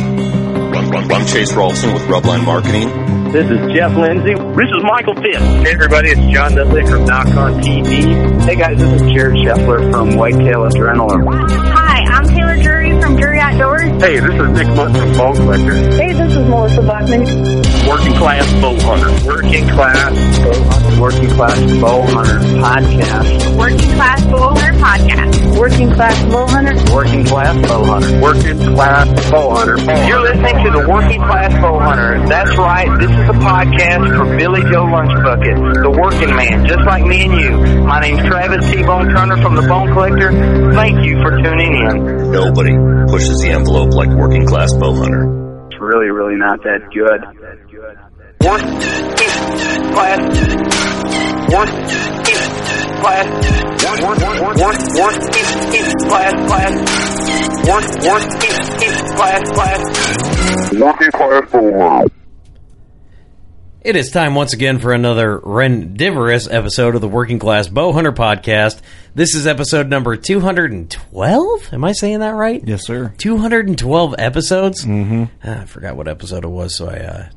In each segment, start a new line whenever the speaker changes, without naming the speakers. I'm Chase Rolfson with Rubline Marketing.
This is Jeff Lindsay. This is Michael Pitt. Hey, everybody, it's John Dudley from Knock on TV. Hey, guys, this is Jared Scheffler from Whitetail Adrenaline.
Hi, I'm Taylor Drury from Drury Outdoors.
Hey, this is Nick Munt from Bone Collector.
Hey, this is Melissa Bachman.
Working Class Bow Hunter. Working Class Bow Hunter. Working Class Bow Hunter Podcast.
Working Class Bull Hunter Podcast.
Working class bow hunter.
Working Class Bow Hunter. Working Class Bow Hunter. You're listening to the Working Class Bow Hunter. That's right. This is a podcast for Billy Joe Lunchbucket, the working man, just like me and you. My name's Travis T. Bone Turner from the Bone Collector. Thank you for tuning in.
Nobody pushes the envelope like working class bow hunter.
It's really, really not that good. Working Class. Working Class. Working Class. Class. Working Class. Class. Working Class Bow Hunter.
It is time once again for another rendivorous episode of the Working Class Bowhunter podcast. This is episode number 212. Am I saying that right?
Yes, sir.
212 episodes? Mm-hmm. I forgot what episode it was, so I uh,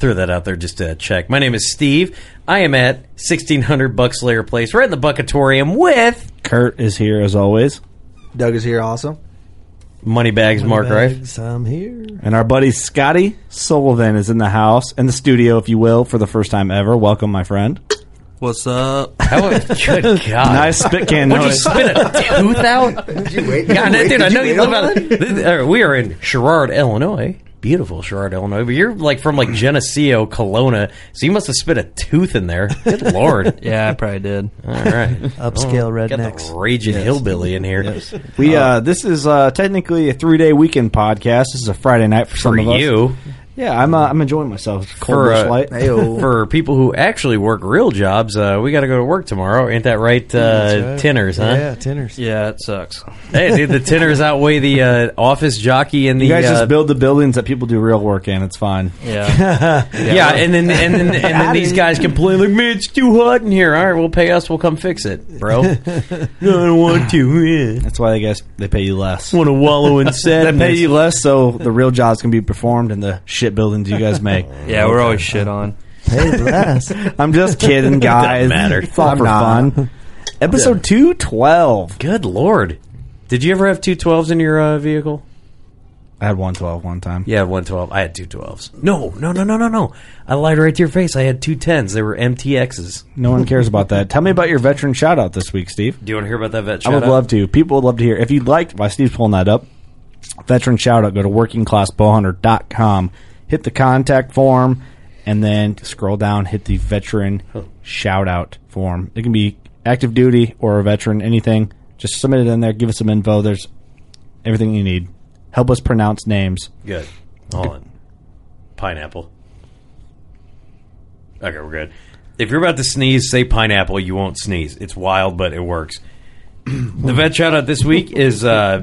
threw that out there just to check. My name is Steve. I am at 1600 Bucks Layer Place, right in the Buckatorium with
Kurt is here as always,
Doug is here also.
Moneybags Mark Rife.
Bags, I'm here.
and our buddy Scotty Sullivan is in the house in the studio, if you will, for the first time ever. Welcome, my friend.
What's up?
How, Oh, good God.
Nice spit can
Would you
noise.
spit a tooth out?
Wait,
God,
wait,
dude, I
did
know
you
you
wait
live
on
out. Th- th- We are in Sherrard, Illinois. Beautiful Sherrard, Illinois. But you're like from like Geneseo, Kelowna, so you must have spit a tooth in there. Good lord!
Yeah, I probably did.
All right,
Upscale
Got
rednecks.
the raging hillbilly in here.
We uh, this is uh, technically a three day weekend podcast. This is a Friday night for some
For
of us.
you,
Yeah, I'm uh, I'm enjoying myself. It's cold
For,
Bush
uh,
light.
Ayo.
for people who actually work real jobs, uh, we got to go to work tomorrow. Ain't that right, uh, tinners? Huh?
Yeah, tinners.
Yeah, it sucks.
Hey, dude, the tinners outweigh the uh, office jockey and the
you guys
uh,
just build the buildings that people do real work in. It's fine.
Yeah,
Yeah, and then and then and then these guys complain like, "Man, it's too hot in here." All right, we'll pay us. We'll come fix it, bro. no, I don't want to. Yeah.
That's why they guys they pay you less.
Want to wallow in
They
sadness?
pay you less, so the real jobs can be performed in the shit buildings you guys make.
yeah, we're always shit on.
Hey, bless.
I'm just kidding, guys.
matter.
It's all for fun. Episode two twelve.
Good lord! Did you ever have two twelves in your uh, vehicle?
I had one twelve one time.
Yeah, one twelve. I had two twelves. No, no, no, no, no, no. I lied right to your face. I had two tens. They were MTXs.
No one cares about that. Tell me about your veteran shout out this week, Steve.
Do you want to hear about that vet?
I would
shout-out?
love to. People would love to hear. If you'd like, while Steve's pulling that up, veteran shout out, go to workingclassbowhunter.com, hit the contact form, and then scroll down, hit the veteran shout out form. It can be active duty or a veteran, anything. Just submit it in there, give us some info. There's everything you need. Help us pronounce names.
Good. Hold on. pineapple. Okay, we're good. If you're about to sneeze, say pineapple. You won't sneeze. It's wild, but it works. the vet shout out this week is uh,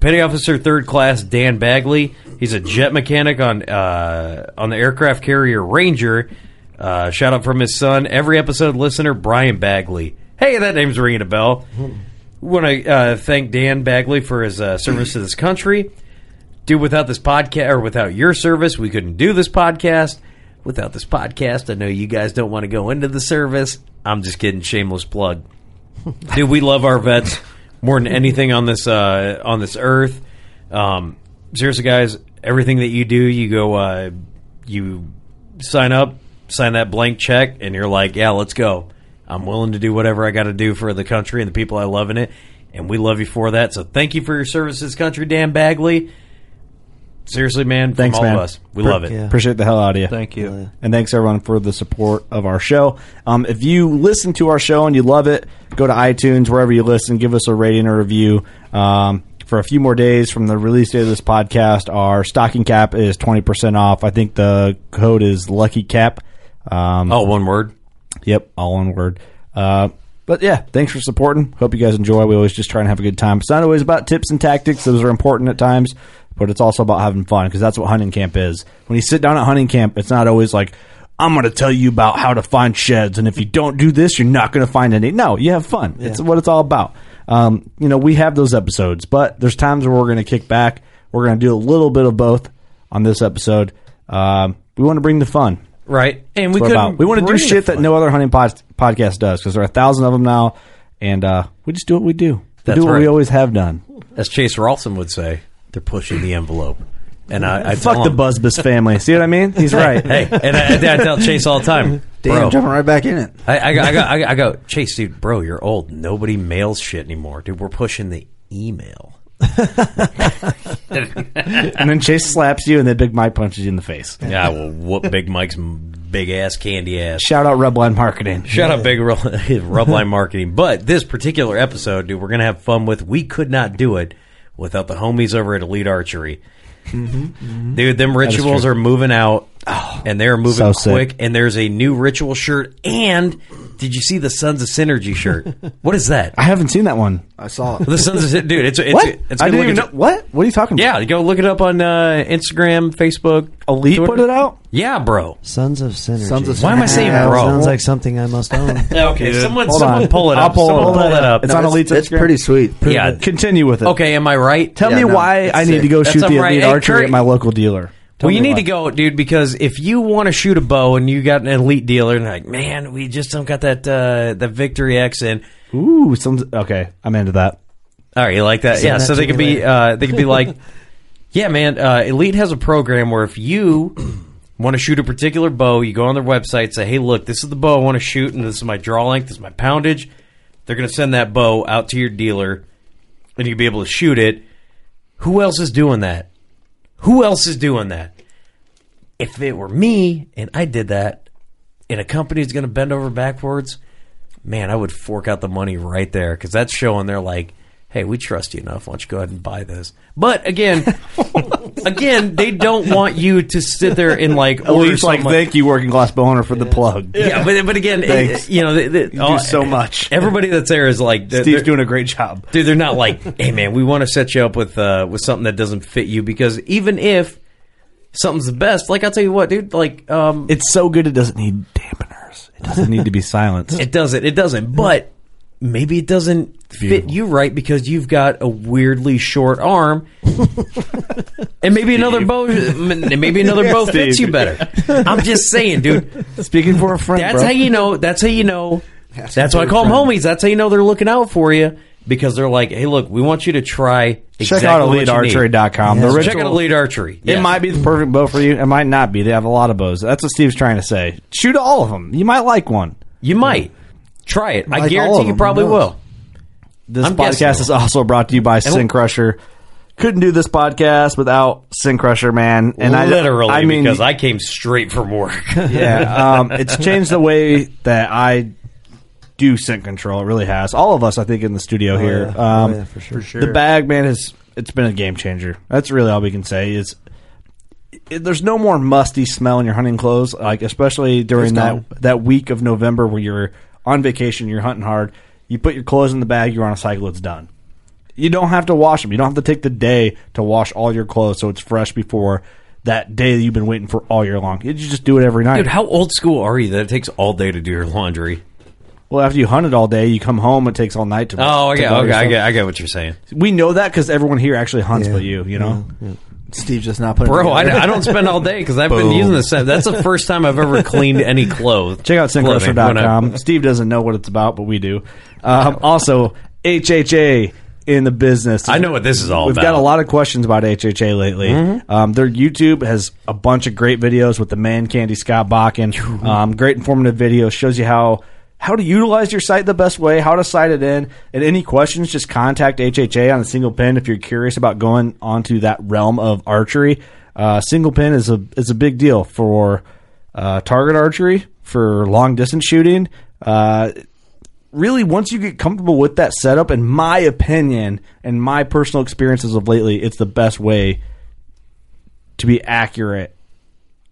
Petty Officer Third Class Dan Bagley. He's a jet mechanic on uh, on the aircraft carrier Ranger. Uh, shout out from his son, every episode listener Brian Bagley. Hey, that name's ringing a bell. We want to uh, thank Dan Bagley for his uh, service to this country. Dude, without this podcast or without your service, we couldn't do this podcast. Without this podcast, I know you guys don't want to go into the service. I'm just kidding. Shameless plug. Dude, we love our vets more than anything on this uh, on this earth. Um, seriously, guys, everything that you do, you go, uh, you sign up, sign that blank check, and you're like, yeah, let's go. I'm willing to do whatever I got to do for the country and the people I love in it, and we love you for that. So thank you for your services, country, Dan Bagley. Seriously, man,
Thanks,
from all
man.
of us, we
Pre-
love it.
Appreciate the hell out of you.
Thank you.
And thanks everyone for the support of our show. Um, if you listen to our show and you love it, go to iTunes wherever you listen. Give us a rating or review. Um, for a few more days from the release date of this podcast, our stocking cap is twenty percent off. I think the code is Lucky Cap. Um,
Oh, one word.
Yep, all one word. Uh, but yeah, thanks for supporting. Hope you guys enjoy. We always just try and have a good time. It's not always about tips and tactics; those are important at times. But it's also about having fun because that's what hunting camp is. When you sit down at hunting camp, it's not always like I'm going to tell you about how to find sheds, and if you don't do this, you're not going to find any. No, you have fun. It's what it's all about. Um, you know, we have those episodes, but there's times where we're going to kick back. We're going to do a little bit of both on this episode. Um, we want to bring the fun
Right, and we
we
could
about. We want to do shit that no other hunting pod- podcast does because there are a thousand of them now, and uh, we just do what we do. We
That's
do what we
right.
always have done.
as Chase Ralston would say, they're pushing the envelope. And I, I tell
Fuck the
him-
Buzzbus family. See what I mean? He's right.
Hey, and I, and I tell Chase all the time,
Damn,
bro.
jumping right back in it.
I, I, go- I, go, I, go, I go, Chase, dude, bro, you're old. Nobody mails shit anymore, dude. We're pushing the email.
and then Chase slaps you, and then Big Mike punches you in the face.
Yeah, well, whoop Big Mike's big ass candy ass.
Shout out Redline Marketing.
Shout out Big Rub Rubline Marketing. But this particular episode, dude, we're going to have fun with. We could not do it without the homies over at Elite Archery.
Mm-hmm,
Dude, them rituals are moving out, and they're moving
Oh, so sick.
quick. And there's a new ritual shirt. And did you see the Sons of Synergy shirt? what is that?
I haven't seen that one.
I saw it.
The Sons of Sy- dude, it's it's,
what?
it's good
I didn't even
looking-
know. What? What are you talking
Yeah,
about?
you go look it up on uh, Instagram, Facebook.
Elite
Twitter.
put it out?
Yeah, bro.
Sons of Synergy.
Sons of
Why am I
Synergy.
saying
That
bro?
Sounds like something I must own.
Okay, someone,
Hold
someone
on.
pull it
I'll
up.
pull it
someone
up.
pull that up.
It's on Elite's
It's
Instagram.
pretty sweet.
Yeah.
Continue with it.
Okay, am I right?
Tell
Yeah,
me
no,
why
it's
I need
sick.
to go
That's
shoot the
all right.
elite
Hey,
archery
Kurt-
at my local dealer.
well,
Tell me
you need
why.
to go, dude, because if you want to shoot a bow and you got an elite dealer and like, man, we just don't got that uh, that Victory X in.
Ooh, some, okay. I'm into that.
All right, you like that? yeah,
that
so
to
they
me
could be
later.
uh, they could be like, yeah, man. Uh, Elite has a program where if you want to shoot a particular bow, you go on their website, say, hey, look, this is the bow I want to shoot, and this is my draw length, this is my poundage. They're going to send that bow out to your dealer, and you'll be able to shoot it. Who else is doing that? Who else is doing that? If it were me and I did that, and a company's going to bend over backwards, man, I would fork out the money right there because that's showing they're like, hey, we trust you enough. Why don't you go ahead and buy this? But again, again, they don't want you to sit there and like
At
order
least, like,
someone-
thank you, Working Class Boner, for the plug.
yeah, but but again, it-
Thanks.
you know, the, the,
do so much.
Everybody that's there is like they're-
Steve's
they're-
doing a great job.
dude they're not like hey man we want to set you up with uh with something that doesn't fit you because even if something's the best like i'll tell you what dude like um it,
It's so good it doesn't need dampeners. It doesn't need to be silenced.
doesn't it
Mm-hmm.
doesn't but maybe it doesn't fit you right because you've got a weirdly short arm and maybe another bow and maybe another bow fits you better i'm just saying dude
Speaking for a friend,
that's
bro.
how you know that's how you know that's why i call them homies that's how you know they're looking out for you because they're like hey look we want you to try
Check
exactly
out
what you need.
EliteArchery.com. The
Yeah.
ritual,
Check out Elite Archery.
It might be the perfect bow for you. It might not be. They have a lot of bows. That's what Steve's trying to say. Shoot all of them. You might like one.
You might. Try it. I
Like all
guarantee
of
you
them,
probably
who
will.
knows?
This
I'm guessing
podcast
though.
is also brought to you by Sin Crusher. Couldn't do this podcast without Sin Crusher, man. And I
Literally,
I mean,
because I came straight from work.
yeah, um, it's changed the way that I do scent control. It really has. All of us, I think, in the studio here.
yeah. Oh,
Um,
yeah, for sure. For
The bag man has. It's been a game changer. That's really all we can say. Is it- there's no more musty smell in your hunting clothes, like especially during
It's
that
gone.
that week of November where you're on vacation, you're hunting hard. You put your clothes in the bag, you're on a cycle, it's done. You don't have to wash them. You don't have to take the day to wash all your clothes so it's fresh before that day that you've been waiting for all year long. You just do it every night.
Dude, how old school are you that it takes all day to do your laundry?
well, after you hunted all day, you come home. It takes all night to.
Oh,
to
okay,
do all
okay,
your
I
stuff.
get, I get what you're saying.
We know that because everyone here actually hunts, but you, you know.
Steve's just not putting.
Bro,
it together.
I, I don't spend all day because I've been using this. That's the first time I've ever cleaned any clothes.
Check out
clothing when I-
syncroster.com. Steve doesn't know what it's about, but we do. Um, also, HHA in the business.
I know what this is all
We've
about. Mm-hmm.
got a lot of questions about HHA lately. Um, their YouTube has a bunch of great videos with the man Candy Scott Bakken. Um, great informative videos. Shows you how how to utilize your site the best way, how to site it in, and any questions, just contact HHA on a single pin if you're curious about going onto that realm of archery. Uh, single pin is a is a big deal for uh, target archery for long distance shooting. Uh, really, once you get comfortable with that setup, in my opinion and my personal experiences of lately, it's the best way to be accurate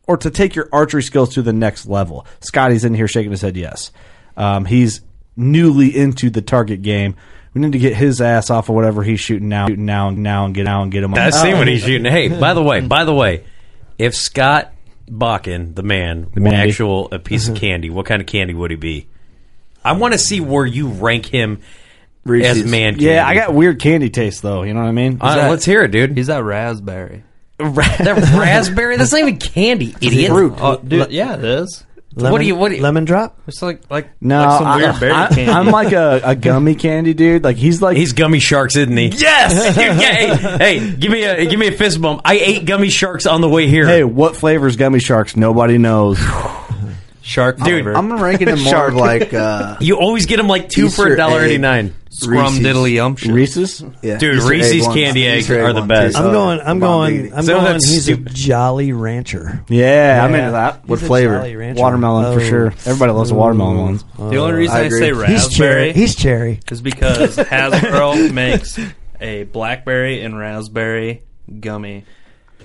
or to take your archery skills to the next level. Scotty's in here shaking his head yes. Um, he's newly into the target game. We need to get his ass off of whatever he's shooting now, shooting now, and now, and get out and get him. on-
I see
Oh.
when he's shooting. Hey, by the way, by the way, if Scott Bakken, the man, Mm-hmm.
The
were
Mandy.
actual a piece of candy, what kind of candy would he be? I want to see where you rank him as man. Candy.
Yeah, I got weird candy taste though. You know what I mean?
Uh, let's hear it, dude. He's
that raspberry.
that raspberry. That's not even candy, idiot.
Fruit.
Oh, dude.
Le- yeah, it is.
what do you? What do you?
Lemon drop?
It's like like
No,
like some weird
I,
berry
I,
candy.
I'm like a, a gummy candy dude. Like he's like
He's gummy sharks, isn't he? Yes. Yeah, hey, hey, give me a give me a fist bump. I ate gummy sharks on the way here.
Hey, what flavors gummy sharks? Nobody knows.
shark
dude,
I'm ranking him more
Shark.
of like uh,
you always get them like two for a
Easter
dollar
egg.
eighty nine.
scrum diddly umption.
Reese's.
yeah,
Dude,
Easter egg
Reese's
ones.
candy eggs
Easter egg
are the
ones
best.
is,
I'm
uh,
going. I'm
bomb
going.
diggity.
I'm
Some of
going.
that's
He's
stupid.
a Jolly Rancher.
Yeah, I'm into that.
What
He's a
flavor?
Jolly Rancher.
Watermelon for
Oh.
sure. Everybody loves the watermelon ones.
The only reason
I
I,
agree.
say
He's
He's
raspberry
cherry. He's cherry.
is because Hasbro makes a blackberry and raspberry gummy,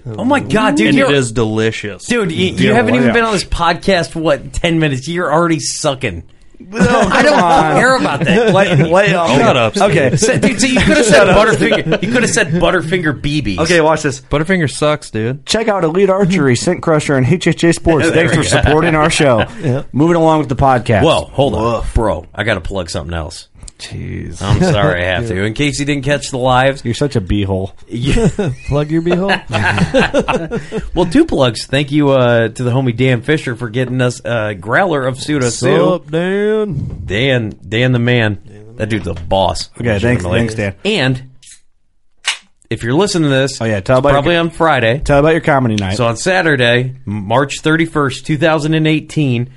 Oh my god, dude!
and
you're-
it is delicious.
Dude, you, you
Yeah,
haven't even
yeah.
been on this podcast, what, 10 minutes? You're already sucking. I don't
on.
care about that.
Lay, lay off.
Shut up, Steve.
Okay.
So, dude, so you could have said Butterfinger. You could have said Butterfinger BBs.
Okay, watch this.
Butterfinger sucks, dude.
Check out Elite Archery, Scent Crusher, and HHA Sports.
There
Thanks
we
for
go.
supporting our show. Moving along with the podcast.
Whoa, hold on, bro. I got to plug something else.
Jeez.
I'm sorry, I have to. In case you didn't catch the lives,
You're such a beehole.
Plug your beehole.
well, two plugs. Thank you uh, to the homie Dan Fisher for getting us uh, Growler of Pseudo Sue.
Sup, Dan?
Dan, Dan the man. that dude's a boss.
Okay, thanks- thanks, Dan.
And if you're listening to this,
Oh, yeah, tell
it's
about your-
probably on Friday.
Tell about your comedy night.
So on Saturday, March 31st, 2018,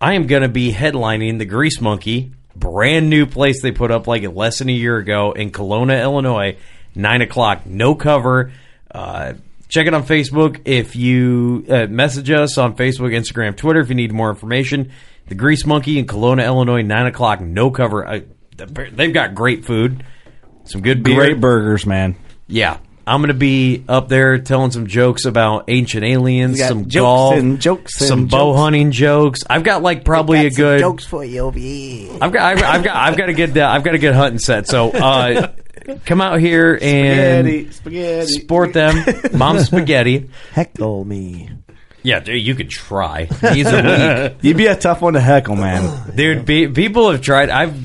I am going to be headlining the Grease Monkey, brand new place they put up like less than a year ago in Kelowna, Illinois, 9 o'clock, no cover. Uh, check it on Facebook if you uh, message us on Facebook, Instagram, Twitter if you need more information. The Grease Monkey in Kelowna, Illinois, 9 o'clock, no cover. I, they've got great food, some good beer.
Great burgers, man.
Yeah. I'm going to be up there telling some jokes about ancient aliens,
We got
some
jokes
golf,
and jokes and
some bow
jokes.
hunting jokes. I've got like probably a good
for you over here.
I've got I've, I've got I've got a good uh, I've got a good hunting set. So uh, come out here and
Spaghetti, spaghetti.
sport them, mom's spaghetti.
Heckle me.
Yeah, dude, you could try. These are weak,
You'd be a tough one to heckle, man.
dude. Be, people have tried. I've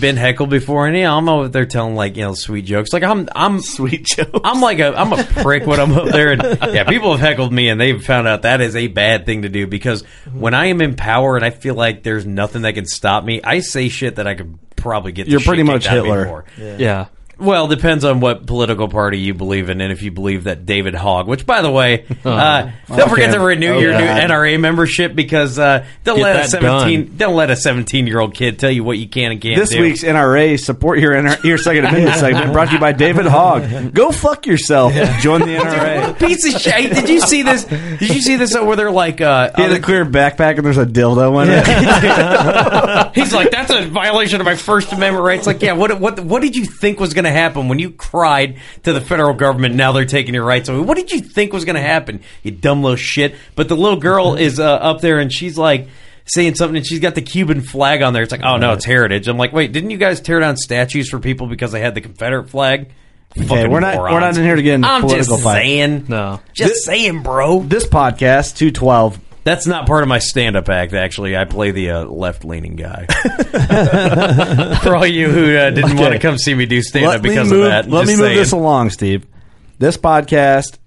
been heckled before, and yeah, I don't know if they're telling like you know sweet jokes. Like I'm I'm
Sweet joke.
I'm like a I'm a prick when I'm up there, and yeah, people have heckled me, and they've found out that is a bad thing to do because when I am in power and I feel like there's nothing that can stop me, I say shit that I could probably get. the
You're
shit
pretty
kicked
much
out of me
Hitler.
for.
Yeah,
Well, depends on what political party you believe in, and if you believe that David Hogg, which by the way,
Oh,
uh, don't forget to renew your new NRA membership because uh, don't
Get
let a
that
seventeen don't let a seventeen year old kid tell you what you can and can't
This
do.
week's NRA support your NRA, your Second Amendment segment brought to you by David Hogg. Go fuck yourself. Join the NRA.
piece of shit. Did you see this? Did you see this where they're like uh,
He had
other-
a clear backpack and there's a dildo in it.
He's like, that's a violation of my First Amendment rights. Like, yeah, what what what did you think was going going to happen when you cried to the federal government. Now they're taking your rights away. What did you think was going to happen? You dumb little shit. But the little girl is uh, up there and she's like saying something, and she's got the Cuban flag on there. It's like, oh no, it's heritage. I'm like, wait, didn't you guys tear down statues for people because they had the Confederate flag?
Hey,
Fucking
we're not we're
morons.
not in here to get into
I'm
political
just
fight.
saying.
No,
just saying, bro.
This podcast two twelve.
That's not part of my stand-up act. Actually, I play the uh, left-leaning guy. For all you who uh, didn't want to come see me do stand-up
Let me
because
move-
of that, just
Let me move
saying.
this along, Steve. This podcast,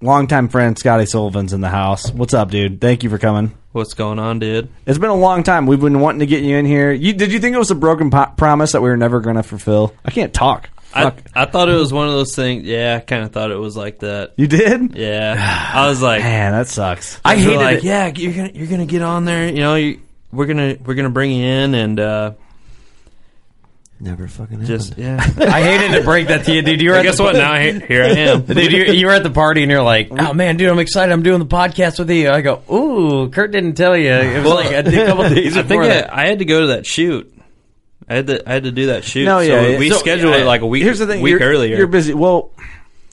longtime friend Scotty Sullivan's in the house. What's up, dude? Thank you for coming.
What's going on, dude?
It's been a long time. We've been wanting to get you in here. You did you think it was a broken po- promise that we were never going to fulfill? I can't talk.
I, I thought it was one of those things. Yeah, I kind of thought it was like that.
You did?
Yeah, I was like,
man, that sucks.
I
Those were
hated
like-
like, Yeah, you're gonna you're gonna get on there. You know, you, we're gonna we're gonna bring you in and uh,
Never fucking
just yeah.
I hated to break that to you, dude. You were
Hey,
at
guess
the,
what? Now I- here I am.
dude. You, you were at the party and you're like, "Oh man, dude, I'm excited. I'm doing the podcast with you." I go, "Ooh, Kurt didn't tell you." It was like a couple days
I think
before that.
I, I had to go to that shoot. I had to I had to do that shoot.
No, yeah,
so
yeah.
we
So,
scheduled it like a week.
Here's the thing.
week
you're,
earlier.
You're busy. Well,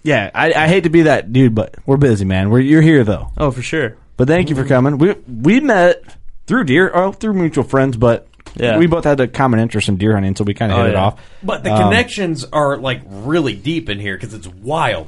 yeah, I, I hate to be that dude, but we're busy, man. We're, you're here though.
Oh, for sure.
But thank you for coming. We we met through deer, oh, through mutual friends, but
Yeah.
we both had a common interest in deer hunting, so we kind of
Oh,
hit it
yeah.
off.
But the
Um,
connections are like really deep in here because it's wild.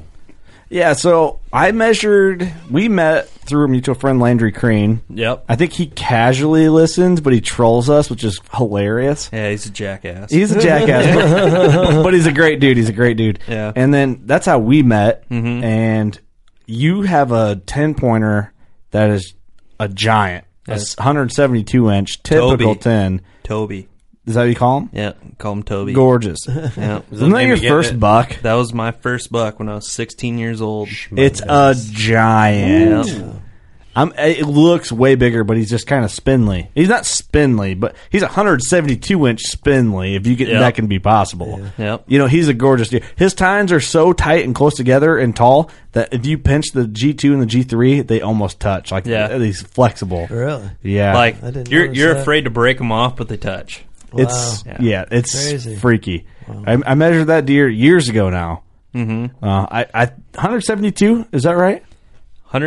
Yeah, so I measured. We met through a mutual friend, Landry Crean.
Yep.
I think he casually listens, but he trolls us, which is hilarious.
Yeah, he's a jackass.
He's a jackass, but, but he's a great dude. He's a great dude.
Yeah. Mm-hmm.
And then that's how we met. And you have a ten pointer that is a giant, a
Yes.
172 inch typical
Toby.
ten.
Toby.
Is that what you call him?
Yeah, call him Toby.
Gorgeous.
Yeah.
Wasn't that your first buck?
That was my first buck when I was 16 years old.
It's a giant.
Yeah.
I'm, it looks way bigger, but he's just kind of spindly. He's not spindly, but he's 172 inch spindly. If you get
Yeah.
that, can be possible.
Yep.
You know, he's a gorgeous deer. His tines are so tight and close together and tall that if you pinch the G2 and the G3, they almost touch. Like,
Yeah.
he's flexible.
Really?
Yeah.
Like
I didn't
you're
notice
you're
that.
afraid to break them off, but they touch.
It's
Wow.
yeah, it's
Crazy.
freaky. I, I measured that deer years ago now. Mm-hmm. Uh, I, I 172 is that right?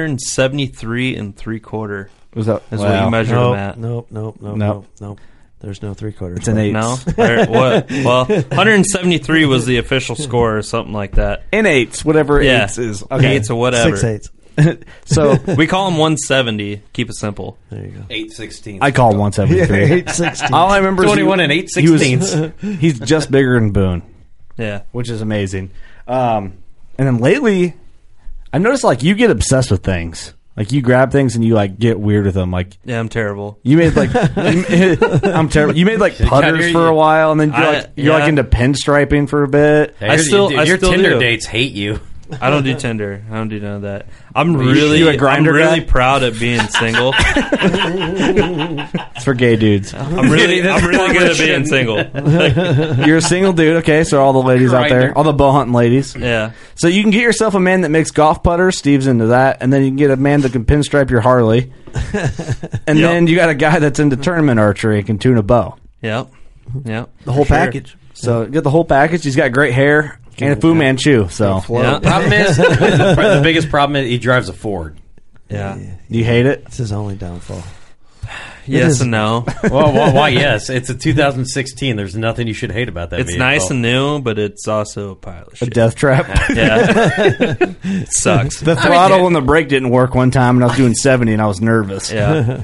173 and three quarter
Was that
is what you measure
Nope,
them at.
nope, nope, nope,
Nope.
nope, nope. There's no three quarters.
It's an eight.
No, Or what? Well, 173 was the official score or something like that.
in eights, whatever
Yeah.
eights is. Okay,
Eights or whatever.
Six eights.
so
We call them 170. Keep it simple.
There you go.
Eight sixteen.
I call him 173.
Eight sixteen.
All I remember is he-
21 and eight
he was-
sixteenths.
He's just bigger than Boone,
Yeah.
which is amazing. Um, and then lately, I've noticed like you get obsessed with things. Like you grab things and you like get weird with them. Like
Yeah, I'm terrible.
you made like I'm terrible. You made like putters
hear
for
you.
a while, and then you're
I-
like you're like
yeah.
into pinstriping for a bit.
I still- I
your
still
Tinder
do.
dates hate you.
I don't do Tinder. I don't do none of that. I'm
you-
really,
you a Grindr
I'm really
guy?
proud of being single.
It's for gay dudes.
I'm really, I'm really good at being single.
You're a single dude, okay? So all the ladies out there,
Grinder.
all the bow hunting ladies.
Yeah.
So you can get yourself a man that makes golf putters. Steve's into that, and then you can get a man that can pinstripe your Harley, and
Yep.
then you got a guy that's into tournament archery and can tune a bow.
Yep. Yep.
the whole
For sure.
package.
So you get the whole package. He's got great hair and a Fu Manchu. So
Flow.
Yeah.
Problem is, the biggest problem is he drives a Ford.
Yeah.
you hate it.
It's his only downfall.
Yes
is-
and no.
Well, well, why? Yes, it's a 2016. There's nothing you should hate about that.
It's
vehicle.
nice and new, but it's also a pile of
A
shit.
death trap.
Yeah. it sucks.
the throttle and the brake didn't work one time, and I was doing seventy, and I was nervous.
Yeah.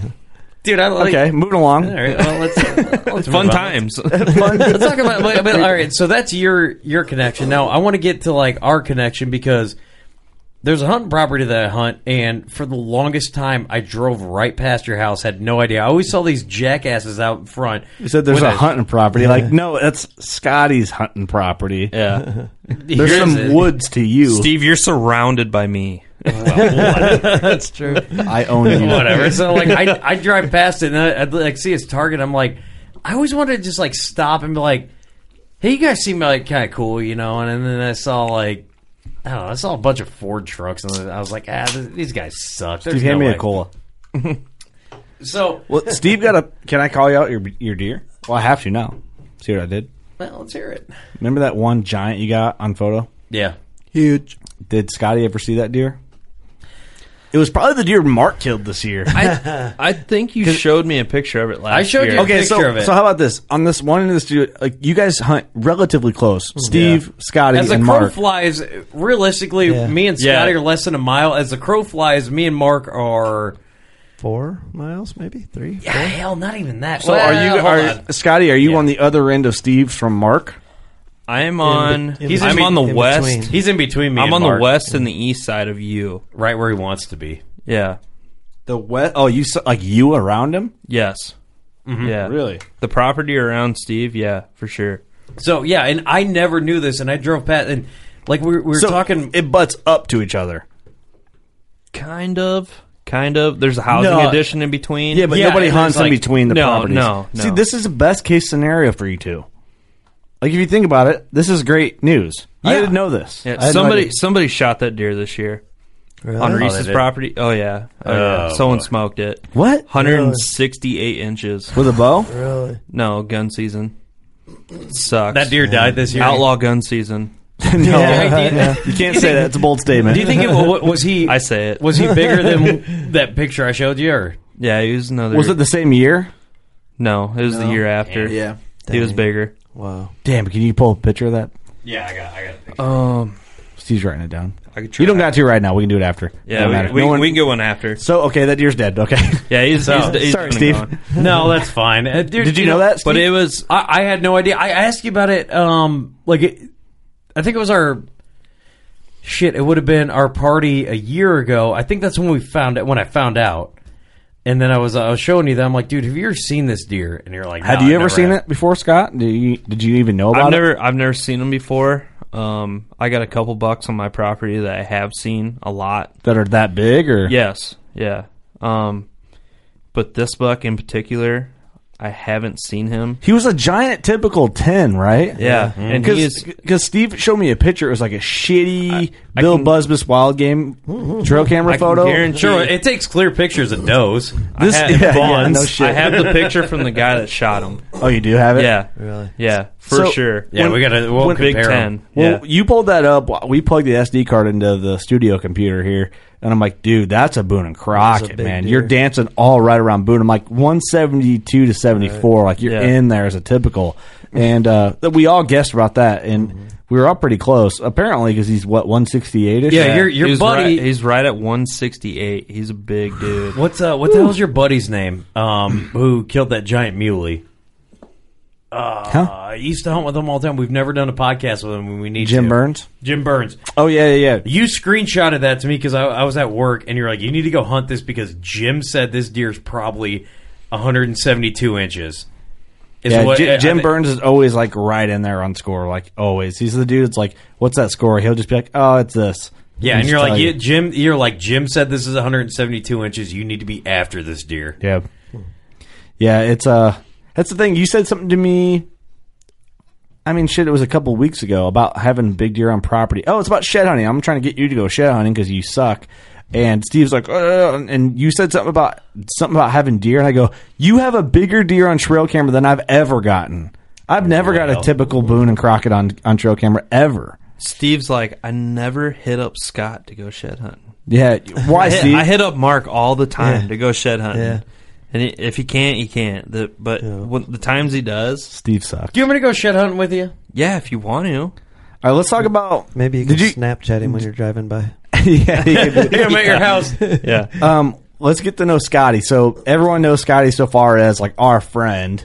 dude. I like.
Okay, moving along.
All right. Well, let's, let's
Fun
move on.
times.
Let's talk about. But, but, all right. So that's your your connection. Now I want to get to like our connection because there's a hunting property that I hunt, and for the longest time I drove right past your house, had no idea. I always saw these jackasses out in front.
You said there's
with
a hunting property. Like, no, that's Scotty's hunting property.
yeah.
There's
Yours
some
is-
woods to you.
Steve, you're surrounded by me.
That's true.
I own you.
whatever. So like I I drive past it and I, I'd like see its target. I'm like, I always wanted to just like stop and be like, hey, you guys seem like kind of cool, you know. And, then I saw like. I don't know. I saw a bunch of Ford trucks, and I was like, "Ah, th- these guys suck." There's
Steve,
no
hand me
way.
a cola.
So,
Well, Steve got a. Can I call you out your your deer? Well, I have to now. See what I did?
Well, let's hear it.
Remember that one giant you got on photo?
Yeah.
Huge. Did Scotty ever see that deer? It was probably the deer Mark killed this year.
I, I think you showed me a picture of it last year.
okay, so, so how about this? On this one in the studio, like you guys hunt relatively close. Steve, Scotty,
As the
and
crow
Mark.
flies, realistically,
Yeah.
me and
Yeah.
Scotty are less than a mile. As the crow flies, me and Mark are.
Four miles, maybe three.
Yeah, hell, not even that.
so
Well,
are you
hold
are
on.
Scotty, are you on the other end of Steve's from Mark?
I'm on.
in
he's
be-
I'm on the
in
west.
between. He's in between me
I'm
and
on
Mark.
the west and the east side of you.
Right where he wants to be.
Yeah.
The west oh you saw, like you around him?
Yes. Yeah.
Really?
The property around Steve. Yeah, for sure.
So yeah, and I never knew this, and I drove past, and like we were, we were
So,
talking.
It butts up to each other.
Kind of. Kind of. There's a housing
No.
addition in between.
Yeah, but nobody
and there's
hunts in
like-
between the
no,
properties.
No, no.
See, this is the best case scenario for you two. Like if you think about it, this is great news. I
Yeah.
didn't know this.
Yeah,
I had no
somebody
idea.
somebody shot that deer this year
Really?
on
Oh, they
Reese's
did?
property. Oh yeah, oh,
Oh,
yeah. someone
boy.
smoked it.
What?
168 inches
with a bow?
Really?
No gun season sucks.
That deer died this year.
Outlaw gun season.
no,
Yeah, do you-
you can't
do
say
you think-
that. It's a bold statement.
Do you think it wa- was he?
I say it.
was he bigger than that picture I showed you? Or
Yeah, he was another.
was it the same year?
No, it was the year after.
Yeah.
he was bigger.
Wow.
Damn, can you pull a picture of that?
yeah, I got I got a picture.
Um,
Steve's writing it down.
I could try.
You don't got to right now. We can do it after. Doesn't
Yeah,
matter.
we,
No
we,
one-
we can go one after.
So okay, that deer's dead. Okay.
Yeah, he's,
So-
he's, he's
Sorry,
done
Steve.
and gone.
no, that's fine. Uh, dude,
Did you know that,
But
Steve?
it was I, I had no idea. I asked you about it. Um, like it, I think it was our shit. It would have been our party a year ago. I think that's when we found it. When I found out, and then I was I was showing you that I'm like, dude, have you ever seen this deer? And you're like,
Had
"No,
you
I
ever
never
seen
have."
it before, Scott? Did you Did you even know about
I've
it?
never I've never seen them before. Um, I got a couple bucks on my property that I have seen a lot.
That are that big or
Yes, yeah. Um, but this buck in particular, I haven't seen him.
He was a giant, typical ten, right?
Yeah, and he is.
Because Steve showed me a picture. It was like a shitty
I
Bill
can-
Busbus wild game trail camera
I can
photo.
guarantee-
Sure, it takes clear pictures of does.
This-
I have,
yeah, yeah, no
Bonds.
shit.
I have the picture from the guy that shot him.
Oh, you do have it.
Yeah,
Really?
yeah, for
So-
sure.
Yeah, we gotta we'll
When- Big
compare 'em.
Ten.
Well,
yeah.
you pulled that up. We plugged the SD card into the studio computer here, and I'm like, dude, that's a Boone and Crockett,
big
man.
deer.
You're dancing all right around Boone. I'm like 172 to 74. Like you're
Yeah.
in there as a typical, and uh, that we all guessed about that, and
Mm-hmm.
we were all pretty close apparently because he's what 168 ish.
Yeah, you're- your
He's
buddy-
right- he's right at 168. He's a big dude.
What's uh? What the hell's your buddy's name? Um, who killed that giant muley? Uh,
Huh?
I used to hunt with him all the time. We've never done a podcast with him when we need
Jim
to.
Burns.
Jim Burns.
Oh yeah, yeah, yeah.
You screenshotted that to me because I, I was at work, and you're like, "You need to go hunt this because Jim said this deer's probably 172 inches." Is
Yeah,
what- I-
Jim,
I
Jim
thi-
Burns is always like right in there on score, like always. He's the dude. that's like, what's that score? He'll just be like, oh, it's this. He'll
Yeah, and
just
you're
tell
like,
you.
yeah, Jim. You're like, Jim said this is 172 inches. You need to be after this deer.
Yeah. Yeah, it's uh that's the thing. You said something to me I mean shit, it was a couple weeks ago about having big deer on property. Oh, it's about shed hunting. I'm trying to get you to go shed hunting cuz you suck. And Steve's like, "Uh," and you said something about something about having deer, and I go, "You have a bigger deer on trail camera than I've ever gotten. I've never got
Wow.
a typical Boone and Crockett on on trail camera ever."
Steve's like, I never hit up Scott to go shed hunting.
Yeah, why
I hit,
Steve?
I hit up Mark all the time to go shed hunting.
Yeah.
And he- if he can't, he can't. The, but when, the times he does,
Steve sucks.
Do you want me to go shed hunting with you?
yeah, if you want to.
All right, let's talk about
Maybe you
Did
can Snapchat him when you're driving by.
yeah, you could do-
Yeah, I'm at your house.
Yeah.
Um, let's get to know Scotty. So everyone knows Scotty so far as like our friend.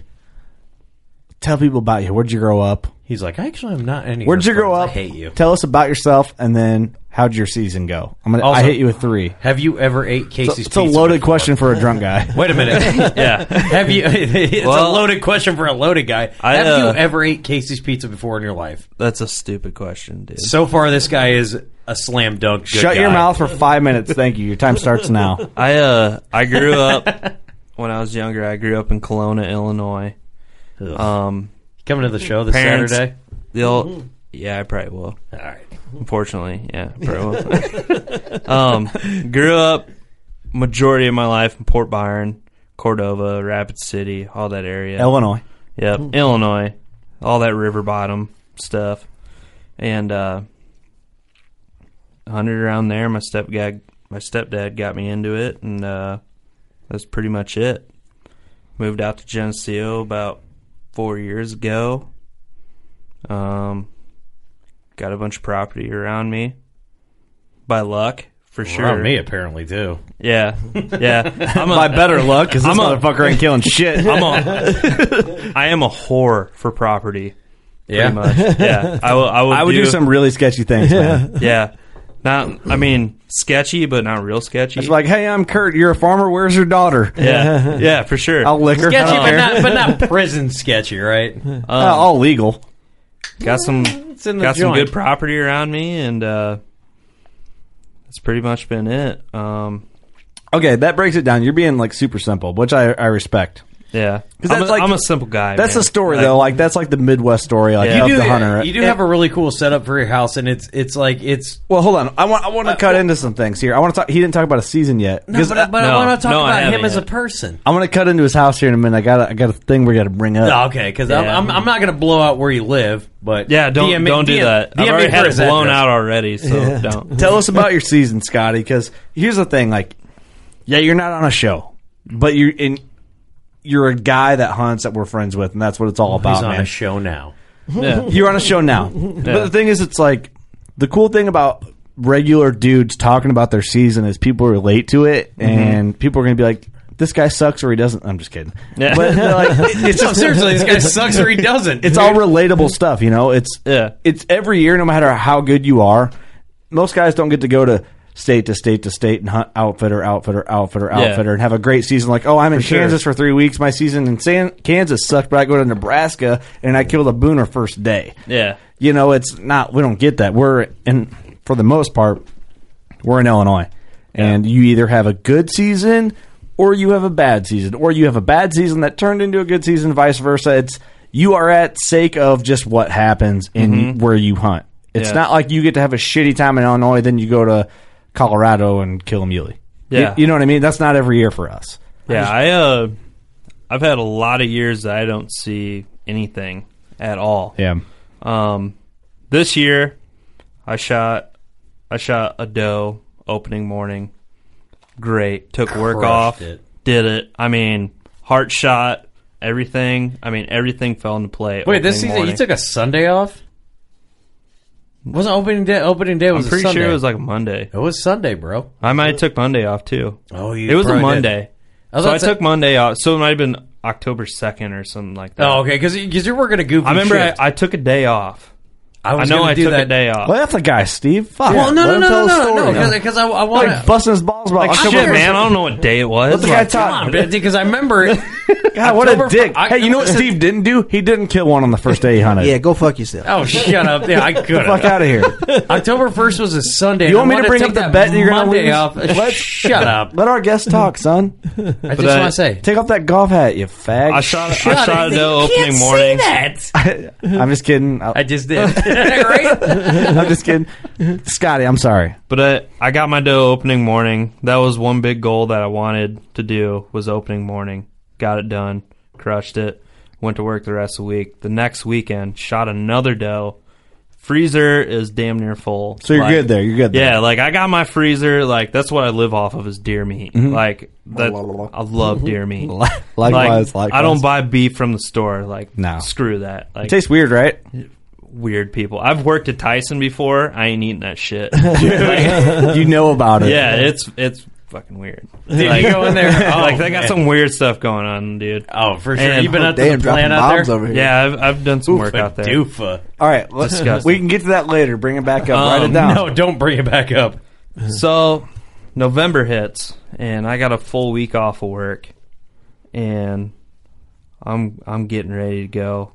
Tell people about you. Where'd you grow up?
He's like, actually, I'm not any. of
Where'd you
your
grow
friends.
up?
I hate you.
Tell us about yourself, and then how'd your season go? I'm gonna. I
Also-
hit you with three.
Have you ever ate
It's a-
Casey's?
it's a
pizza
loaded
before?
question for a drunk guy.
Wait a minute. yeah. Have you? It's a
Well-
loaded question for a loaded guy.
I,
Have
uh,
you ever ate Casey's pizza before in your life?
That's a stupid question, dude.
So far, this guy is a slam dunk. Good
Shut
guy.
your mouth for five minutes. Thank you. Your time starts now.
I uh I grew up when I was younger. I grew up in Kelowna, Illinois.
Ugh.
Um,
Coming to the show this
parents-
Saturday. Mm-hmm.
the old yeah, I probably will.
All right.
Unfortunately, yeah, probably will. um, grew up majority of my life in Port Byron, Cordova, Rapid City, all that area.
Illinois.
yep, Illinois. all that river bottom stuff, and uh, hunted around there. My stepdad, my stepdad got me into it, and uh, that's pretty much it. Moved out to Geneseo about four years ago. Um, got a bunch of property around me by luck for
Around
sure.
me, apparently, too.
Yeah, yeah.
By better luck, 'cause
I'm
this motherfucker ain't killing shit.
I'm a, I am a whore for property. pretty
Yeah.
much. yeah. I will. I, will
I would do some really sketchy things, man.
Yeah, not. I mean, sketchy, but not real sketchy.
It's like, hey, I'm Kurt. You're a farmer. Where's your daughter?
yeah, yeah, for sure.
I'll lick her.
Sketchy,
I don't
but
care.
not, but not prison sketchy, right?
Uh, all legal.
Got some.
in the
got some
joint.
good property around me, and uh, that's pretty much been it. Um,
Okay, that breaks it down. You're being like super simple, which I, I respect.
yeah,
'Cause
I'm,
that's
a,
like-
am a simple guy.
That's
man.
a story
Like,
though. Like that's like the Midwest story, like of
you do,
the hunter.
you do have a really cool setup for your house, and it's it's like it's
well, hold on. I want I want to cut into some things here. I want to talk. He didn't talk about a season yet.
no,
'Cause
but, but
I,
I want to talk
uh, no, I
about him
haven't
as a
yet.
person.
am going to cut into his house here in a minute. I got I got a thing we got to bring up.
No, Oh, okay, because I'm, I'm, I'm not going to blow out where you live, but
Yeah, don't
DM
don't do
DM
that. I've
DM
already
for
had it
his
blown
address.
out already, so
Yeah.
don't.
Tell us about your season, Scotty. Because here's the thing: like, yeah, you're not on a show, but you're in. You're a guy that hunts that we're friends with, and that's what it's all about.
He's on
man.
a show now.
Yeah.
You're on a show now. But the thing is, it's like the cool thing about regular dudes talking about their season is people relate to it, and people are going to be like, "This guy sucks" or "He doesn't." I'm just kidding.
Yeah.
But like, it- it's
No, seriously, this guy sucks or he doesn't.
it's all relatable stuff, you know. It's
Yeah.
it's every year, no matter how good you are. Most guys don't get to go to state to state to state and hunt outfitter, outfitter, outfitter,
Yeah.
outfitter, and have a great season. Like, oh, I'm in
sure.
Kansas for three weeks. My season in San- Kansas sucked, but I go to Nebraska and I killed a booner first day.
Yeah.
You know, it's not. We don't get that. We're in for the most part. We're in Illinois, and you either have a good season or you have a bad season, or you have a bad season that turned into a good season, vice versa. It's you are at sake of just what happens in where you hunt. It's
Mm-hmm. Yeah.
not like you get to have a shitty time in Illinois, then you go to Colorado and kill a muley. You-
Yeah.
you, know what I mean. That's not every year for us.
Yeah, I uh, I've had a lot of years that I don't see anything at all.
Yeah,
Um, this year, I shot, I shot a doe opening morning. Great. Took work
Crushed
off.
it.
Did it. I mean, heart shot. Everything. I mean, everything fell into play.
Wait, this
opening
season
morning.
you took a Sunday off? Wasn't opening day? Opening day
I'm
was a
pretty
Sunday.
sure it was like a Monday.
It was Sunday, bro.
I might have took Monday off too.
Oh, you
It was a
probably did.
Monday.
I was
so
about
I
to say-
took Monday off. So it might have been October second or something like that.
Oh, okay, because you're working a goofy.
I remember I,
shift.
I took a day off. I
was
know
gonna
I
do
took
that.
a day off.
well, that's a guy, Steve. Fuck.
Well, no,
Let
no,
him
no,
tell
no,
his
no, no,
story.
because I, I want
like busting his balls about
Like
October
shit,
first.
man. I don't know what day it was.
Let the guy
Like,
talk.
because I remember.
God, what a
October fir-
dick!
I-
hey, you know what Steve didn't do? He didn't kill one on the first day he hunted.
Yeah, go fuck yourself.
Oh, shut up! Yeah, I could.
fuck
have.
out of here.
October first was a Sunday.
You
and
want
I wanted
me to bring
take
up the
that
bet that you're going to
Monday
lose?
off?
Let-
shut up!
Let our guest talk, son.
I just want to say,
Take off that golf hat, you fag.
I shot.
shut
I shot
up.
a doe
You can't
opening
say
morning.
that.
I'm just kidding. I,
I just did. right?
am just kidding. Scotty, I'm sorry.
But I, I got my doe opening morning. That was one big goal that I wanted to do was opening morning. Got it done. Crushed it. Went to work the rest of the week. The next weekend, shot another doe. Freezer is damn near full.
So you're
Like,
good there. You're good. There.
Yeah, like I got my freezer. Like that's what I live off of is deer meat.
Mm-hmm.
Like that, I love deer meat.
Likewise, likewise.
I don't buy beef from the store. Like,
No.
screw that. Like,
It tastes weird, right?
weird people. I've worked at Tyson before. I ain't eating that shit.
you know about it.
yeah, it's it's fucking weird.
Did you go in there? Oh,
like they got
man.
some weird stuff going on, dude.
Oh, for sure.
And-
You've been out to
Damn,
the
dropping
plant out
bombs
there.
over here.
Yeah, I've I've done some work
Oofa
out there.
Doofa.
All right. Let's,
Disgusting.
we can get to that later. Bring it back up. Write it
Um,
down.
No, don't bring it back up.
So November hits, and I got a full week off of work, and I'm I'm getting ready to go.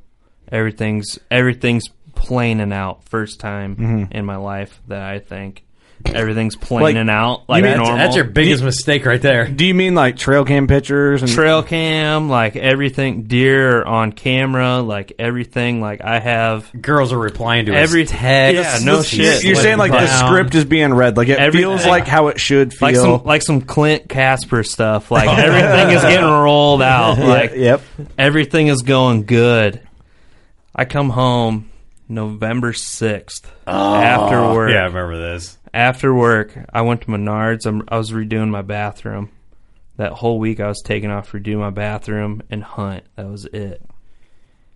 Everything's everything's planing out. First time
Mm-hmm.
in my life that I think everything's planing out like
that's,
normal.
that's your biggest mistake right there.
Do you mean like trail cam pictures and
trail cam, like everything, deer are on camera, like everything. Like I have
Girls are replying to
every
his text.
Yeah, no
He's
shit.
You're saying like the
down.
script is being read. Like it
Every-
feels like how it should feel.
like some like some Clint Casper stuff. Like everything is getting rolled out. Like
yep.
everything is going good. I come home November 6th after
Oh,
work.
yeah, I remember this.
After work, I went to Menards. I'm, I was redoing my bathroom. That whole week, I was taking off to redo my bathroom and hunt. That was it.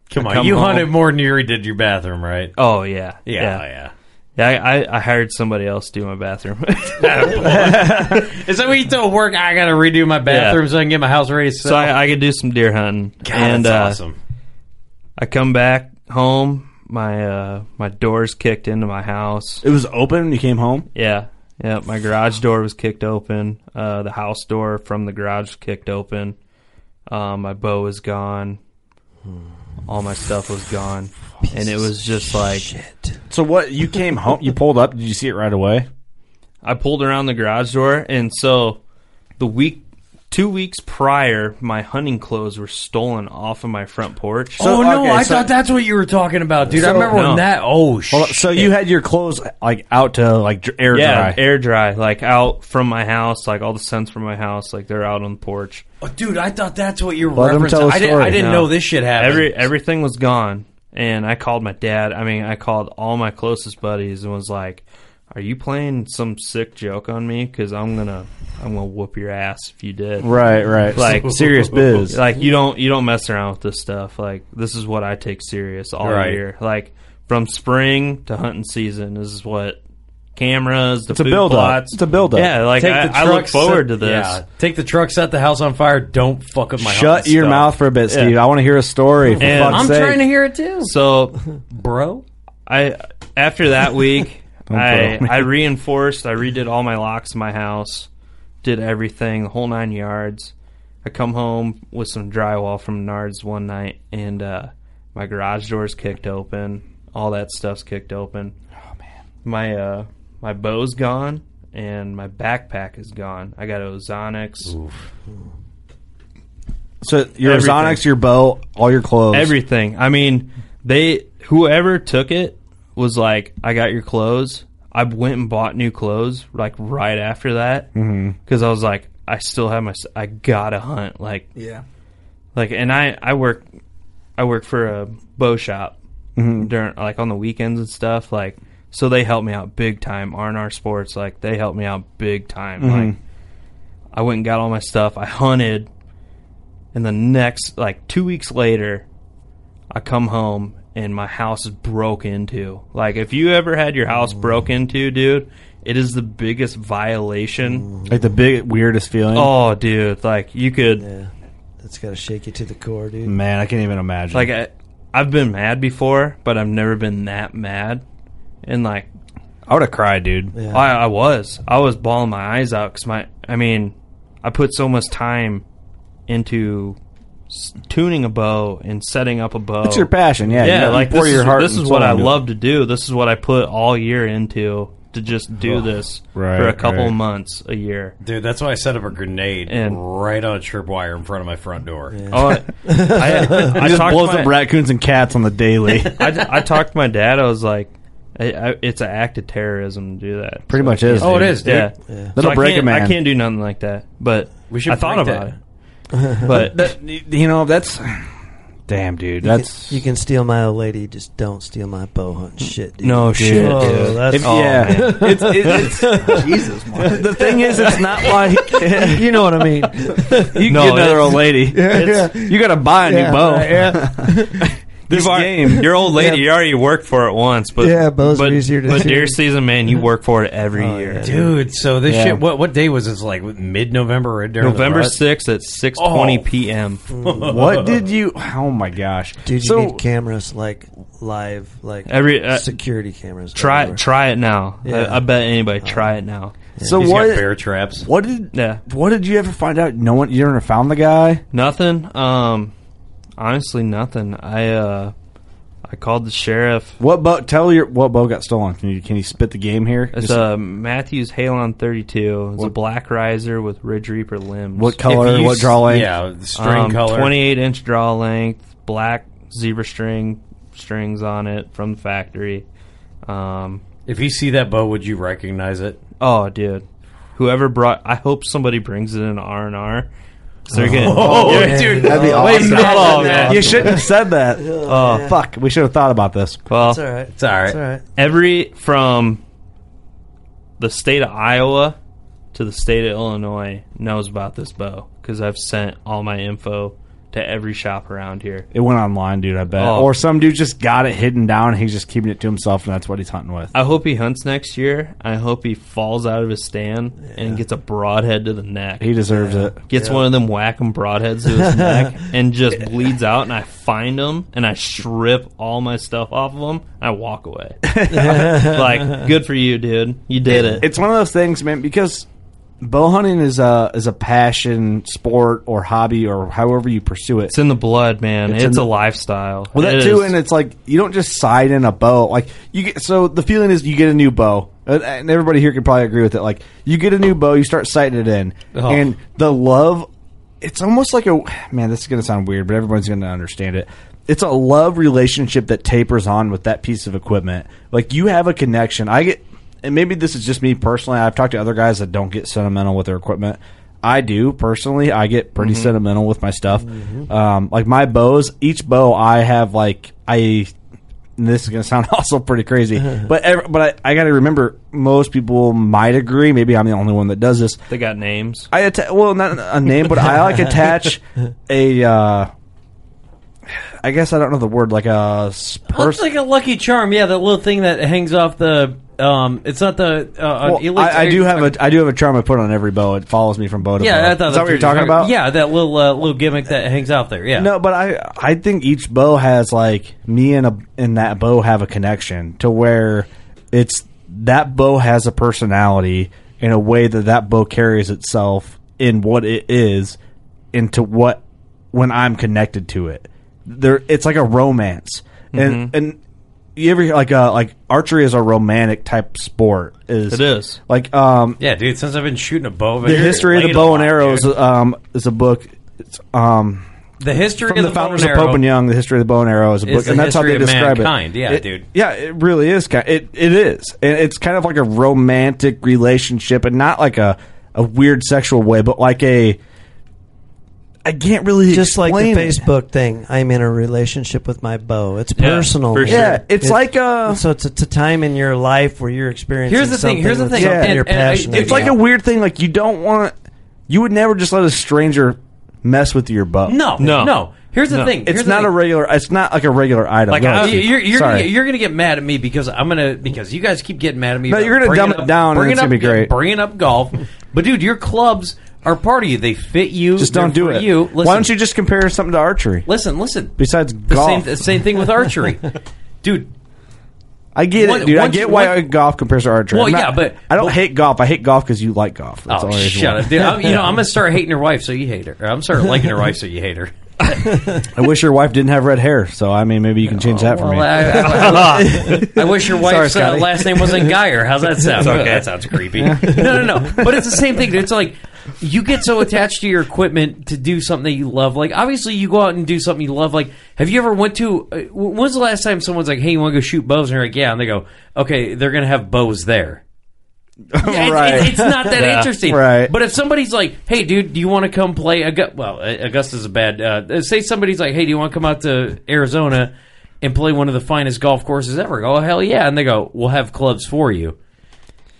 Come
I
on,
come
you
home-
hunted more than you did your bathroom, right?
Oh yeah,
yeah,
yeah,
yeah.
Yeah, I, I, I hired somebody else to do my bathroom.
Is that what you told work? I got to redo my bathroom so I can get my house ready. To
so
sell?
I, I could do some deer hunting.
God,
and,
that's
uh,
awesome.
I come back home. My uh, my doors kicked into my house.
It was open when you came home?
Yeah, yeah. My garage door was kicked open. Uh, the house door from the garage was kicked open. Um, my bow was gone. All my stuff was gone, and it was just like
So what? You came home. You pulled up. Did you see it right away?
I pulled around the garage door, and so the week, two weeks prior, my hunting clothes were stolen off of my front porch.
oh no, I thought that's what you were talking about, dude. I
So-
remember
No.
when that. Oh
Hold on,
shit.
so you had your clothes like out to like dr- air
yeah,
dry.
air dry, like out from my house, like all the scents from my house, like they're out on the porch.
Oh, dude, I thought that's what you were
Let him
referencing.
tell a
I didn't,
story.
I didn't
No.
know this shit happened.
Every everything was gone, and I called my dad. I mean, I called all my closest buddies and was like, "Are you playing some sick joke on me? Because I'm gonna, I'm gonna whoop your ass if you did."
Right, right.
Like
serious biz.
Like you don't, you don't mess around with this stuff. Like this is what I take serious all
Right.
year. Like from spring to hunting season, this is what cameras, the
It's a
food
build-up.
plots.
It's a build-up.
Yeah, like
Take
I,
the
I look
truck, set-
uh,
forward to this.
yeah. take the truck, set the house on fire. Don't fuck up my
Shut
hunting
your
stuff.
mouth for a bit, Steve. I want to hear a story. For
And-
fuck's
I'm
sake.
trying to hear it too,
So
bro.
I after that week,
Don't
I
throw me.
I reinforced, I redid all my locks in my house, did everything, the whole nine yards. I come home with some drywall from Nards one night, and uh, my garage door's kicked open, all that stuff's kicked open. Oh man, my uh, my bow's gone, and my backpack is gone. I got ozonics,
So your
Everything.
Ozonics, your bow, all your clothes.
everything. I mean, they whoever took it was like, I got your clothes. I went and bought new clothes like right after that because I was like, I still have my. s- I gotta hunt like
Yeah.
like, and I I work I work for a bow shop during like on the weekends and stuff like. So they helped me out big time. R and R Sports, like they helped me out big time. Like I went and got all my stuff. I hunted, and the next like two weeks later, I come home and my house is broke into. Like if you ever had your house broke into, dude, it is the biggest violation.
Like the big weirdest feeling.
Oh, dude, like you could
Yeah, that's gotta shake you to the core, dude.
man, I can't even imagine.
like I, I've been mad before, but I've never been that mad. And like
I would have cried, dude.
Yeah.
I, I was, I was bawling my eyes out because my, I mean, I put so much time into s- tuning a bow and setting up a bow.
It's your passion, yeah.
yeah,
you
like
pour
this,
your
is,
heart.
this
and
is what
soul
I
into it.
love to do. This is what I put all year into to just do this
Right,
for a couple
right.
months a year.
Dude, that's why I set up a grenade
And-
right on a tripwire in front of my front door.
Oh, I, I, I
It just
talked to
blows
my-
up raccoons and cats on the daily.
I, I talked to my dad. I was like, I, I, it's an act of terrorism to do that.
Pretty much is.
Oh, it
dude.
is, dude.
Yeah.
That'll
So I
break a
can't-
man.
I can't do nothing like that. But
We should
I thought
break
about it. But
That- you know that's. Damn, dude.
You can-
That's
you can steal my old lady, just don't steal my bow hunt shit, dude.
no shit.
Oh,
dude.
that's
If-
oh,
yeah.
man.
It's, it's, it's Jesus. The thing is, it's not like you
you know what I mean.
can
No,
get another
it's-
old lady. It's- You got to buy a new
Yeah,
bow.
right,
this
You've already-
game,
Your old lady, you already worked for it once, but
Yeah, bows are
but,
easier to
But
do. Oh,
deer season, man, you work for it every year.
Dude, so this
Yeah.
shit. What what day was this? Like mid November or during the
November
rut?
sixth at six twenty
Oh.
p.m.
what did you? Oh my gosh,
Dude, you
So-
need cameras like live, like
Every- uh,
security cameras.
Try
everywhere.
try it now.
Yeah.
I, I bet anybody try it now.
So
He's
what?
got bear traps.
What did?
Yeah.
What did you ever find out? No one. You ever found the guy?
Nothing. Um, honestly, nothing. I uh, I called the sheriff.
What bow? Tell your what bow got stolen. Can you can you spit the game here?
It's uh,
Just-
a Matthews Halon 32. It's a
What-
black riser with Ridge Reaper limbs.
what
If
color?
you
What
s-
draw length?
Yeah, string
Um,
color.
28 inch draw length, black zebra string strings on it from the factory. Um,
If you see that bow, would you recognize it?
oh, dude, whoever brought, I hope somebody brings it in R and R So you're getting.
Oh,
you're-
yeah.
dude,
That'd be
wait a
awesome.
minute.
Oh,
man.
You shouldn't have said that.
Oh, man.
fuck. We should have thought about this.
Well,
It's all right. It's all right. It's all right.
Every from the state of Iowa to the state of Illinois knows about this bow because I've sent all my info to every shop around here.
It went online, dude. I bet.
Oh.
Or some dude just got it hidden down. and He's just keeping it to himself, and that's what he's hunting with.
I hope he hunts next year. I hope he falls out of his stand and gets a broadhead to the neck.
He deserves it.
Gets
Yeah.
one of them whacking broadheads to his neck and just bleeds out. And I find him and I strip all my stuff off of him. I walk away. like, good for you, dude. You did it.
It's one of those things, man, because bow hunting is a is a passion, sport, or hobby, or however you pursue it. It's
in the blood, man. It's,
in
a
the-
lifestyle.
Well, that
It
too,
is.
and it's like you don't just side in a bow. Like you get, so the feeling is you get a new bow, and- and everybody here could probably agree with it. Like you get a new bow, you start sighting it in,
Oh.
and the love. It's almost like a man. This is going to sound weird, but everyone's going to understand it. It's a love relationship that tapers on with that piece of equipment. Like you have a connection. I get, and maybe this is just me personally. I've talked to other guys that don't get sentimental with their equipment. I do personally. I get pretty
Mhm.
sentimental with my stuff. Um, like my bows, each bow I have like I. and This is going to sound also pretty crazy, but ev but I, I got to remember most people might agree. Maybe I'm the only one that does this.
They got names.
I atta- well not a name, but I like attach a. Uh, I guess I don't know the word like a s-
Looks
person.
like a lucky charm. Yeah, that little thing that hangs off the. Um, it's not the. Uh, uh,
Well,
elite-
I, I do have a I do have a charm I put on every bow. It follows me from bow to bow.
Yeah, I thought
Is that what you're talking about?
Yeah, that little uh, little gimmick that hangs out there. Yeah.
No, but I I think each bow has like me and a and that bow have a connection to where it's that bow has a personality in a way that that bow carries itself in what it is into what when I'm connected to it. There, it's like a romance,
Mm-hmm.
and and you ever hear like uh like archery is a romantic type sport. Is
It is.
like um
Yeah, dude. Since I've been shooting a bow,
the history of the bow and arrow is um is a book. It's um
The history
from
of
the
the bow
founders
and
of Pope
arrow
and Young, the history of the bow and arrow is a
is
book,
the
and that's how they
history of
describe
mankind.
it.
Yeah,
It-
dude.
Yeah, it really is. Kind it it is, and it's kind of like a romantic relationship, and not like a a weird sexual way, but like a. I can't really
just like the
explain it.
Facebook thing. I'm in a relationship with my bow. It's
Yeah,
personal.
for
man.
sure. Yeah, it's like uh, a
so it's, it's a time in your life where you're experiencing.
Here's the thing, here's the
something
thing,
with something
and-
you're
and uh, I-
passionate.
It's like a weird thing. Like you don't want. You would never just let a stranger mess with your bow.
No, No. no. Here's the thing, here's
It's
the
not
thing.
a regular. It's not like a regular item.
Like
Go
I,
ahead, Steve.
you're you're gonna,
Sorry.
get- you're gonna get mad at me because I'm gonna because you guys keep getting mad at me.
No,
about
you're gonna
bringing
dumb it down and
bringing
it's gonna
up-
be great.
Bringing up golf, but dude, your clubs are part of you. They fit you.
just don't
they're
do
for
it.
You
Why don't you just compare something to archery?
listen? Listen.
Besides
The
golf,
same, the same thing with archery, dude.
I get
One-
it, dude. I
once-
get why
one-
golf compares to archery.
Well,
I'm not-
yeah, but-
I don't hate golf. I hate golf because you like golf. That's
oh,
the only reason
shut
why.
up, dude. I'm, you know I'm gonna start hating your wife, so you hate her. I'm starting liking your wife, so you hate her.
I wish your wife didn't have red hair. So I mean, maybe you can change that for me.
Well, I, I- I wish your
Sorry,
wife's uh,
Scotty.
last name wasn't Geyer. How's that sound?
It's okay.
That sounds creepy. no, no, no. But it's the same thing. It's like you get so attached to your equipment to do something that you love. Like obviously, you go out and do something you love. Like, have you ever went to? Uh, when's the last time someone's like, "Hey, you want to go shoot bows?" And you're like, "Yeah," and they go, "Okay, they're gonna have bows there." Yeah,
Right.
it's, it's, it's not that
Yeah.
interesting,
Right.
But if somebody's like, "Hey, dude, do you want to come play?" Aug-? Well, uh, Augusta's a bad. Uh, say somebody's like, "Hey, do you want to come out to Arizona and play one of the finest golf courses ever?" Go, oh, hell yeah! And they go, "We'll have clubs for you."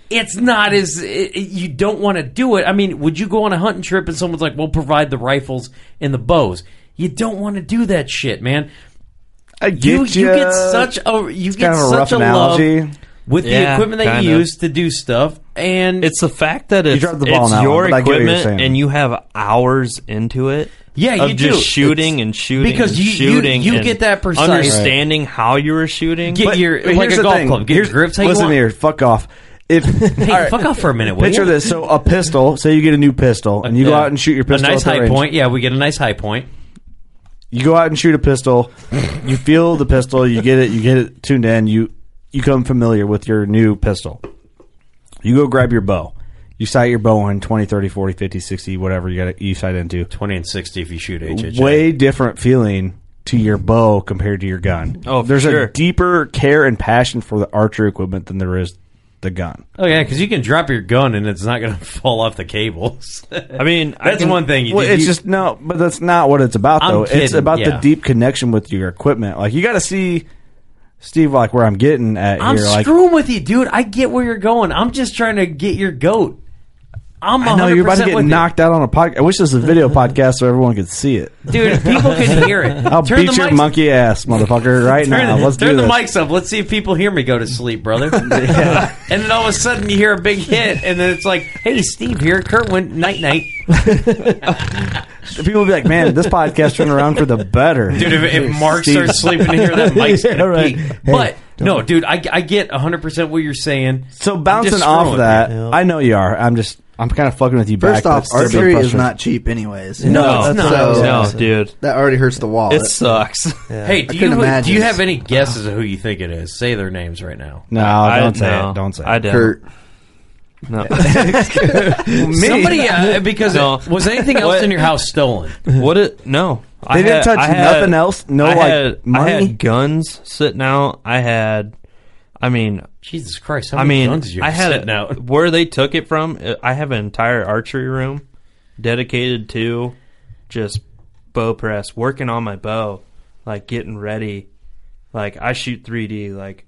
It's not as it, it- you don't want to do it. I mean, would you go on a hunting trip and someone's like, "We'll provide the rifles and the bows"? You don't want to do that shit, man.
I
you,
get
you
ya.
get such a you
It's
get
kind of a
such
rough
a
analogy.
love with the
Yeah,
equipment that
kinda.
you use to do stuff, and
It's the fact that
You
it's,
dropped the ball
it's
on that
your
one, but I get what you're saying.
equipment and you have hours into it.
Yeah, you
of just
do.
shooting
It's-
and shooting
because
and
you- you-
shooting.
you
and
get that precise-
understanding how you were shooting.
Get
But-
your-
but
like
here's
a
the
golf
thing.
club. Get
Here's-
grips how you
Listen
want.
here, fuck off. If
Hey,
All right.
fuck off for a minute, will
Picture
you?
this: so a pistol. Say you get a new pistol, and you go
Yeah.
out and shoot your
a
pistol.
nice
at the
high
range.
point. Yeah, we get a nice high point.
you go out and shoot a pistol you feel the pistol you get it you get it tuned in you you come familiar with your new pistol you go grab your bow you sight your bow in 20 30 40 50 60 whatever you got you sight into
20 and 60 if you shoot HHA.
way different feeling to your bow compared to your gun
Oh, for
there's
sure.
a deeper care and passion for the archery equipment than there is the the gun.
Oh yeah, because you can drop your gun and it's not going to fall off the cables. I
mean,
that's one thing. You
well,
did-
it's
you-
just no, but that's not what it's about
I'm
though. it's
kidding,
about
yeah.
the deep connection with your equipment. Like you got to see Steve, like where I'm getting at
I'm
here. Like
screwing with you, dude. I get where you're going. I'm just trying to get your goat. I'm 100%
I know you're about to get
with you.
knocked out on a podcast. I wish this was a video podcast so everyone could see it.
dude. People can hear it.
I'll
Turn the
beat your
mics-
monkey ass, motherfucker, right
Turn,
now. Let's
turn
do
the
this.
mics up. Let's see if people hear me go to sleep, brother. And then all of a sudden you hear a big hit, and then it's like, "Hey, Steve here, Kurt went night night."
People will be like, man, this podcast turned around for the better.
Dude, if, if Mark
Steve-
starts sleeping here, that mic's gonna
Yeah, right.
peak. But no, dude, I, I get 100 percent what you're saying.
So bouncing off that, I know you are. I'm just, I'm kind of fucking with you
First
back. but
off,
it's still being
archery is
frustrating.
not cheap anyways.
No,
That's-
it's not. No,
dude.
That already hurts the wall.
It
That-
sucks.
Yeah.
Hey,
I
do
couldn't
you do
imagine.
you have any guesses of who you think it is? Say their names right now.
No,
I-
don't say
no,
it. Don't say it.
I don't.
Kurt.
No.
Me.
Somebody uh, because
No.
was anything else
What?
in your house stolen?
What it? No, they
didn't touch nothing else? No,
I
like,
had,
money?
I had guns sitting out. I had, I mean,
Jesus Christ! How
I
many
mean,
guns did you
I
have
had
sitting out?
where they took it from. uh, I have an entire archery room dedicated to just bow press, working on my bow, like getting ready. Like I shoot 3D, like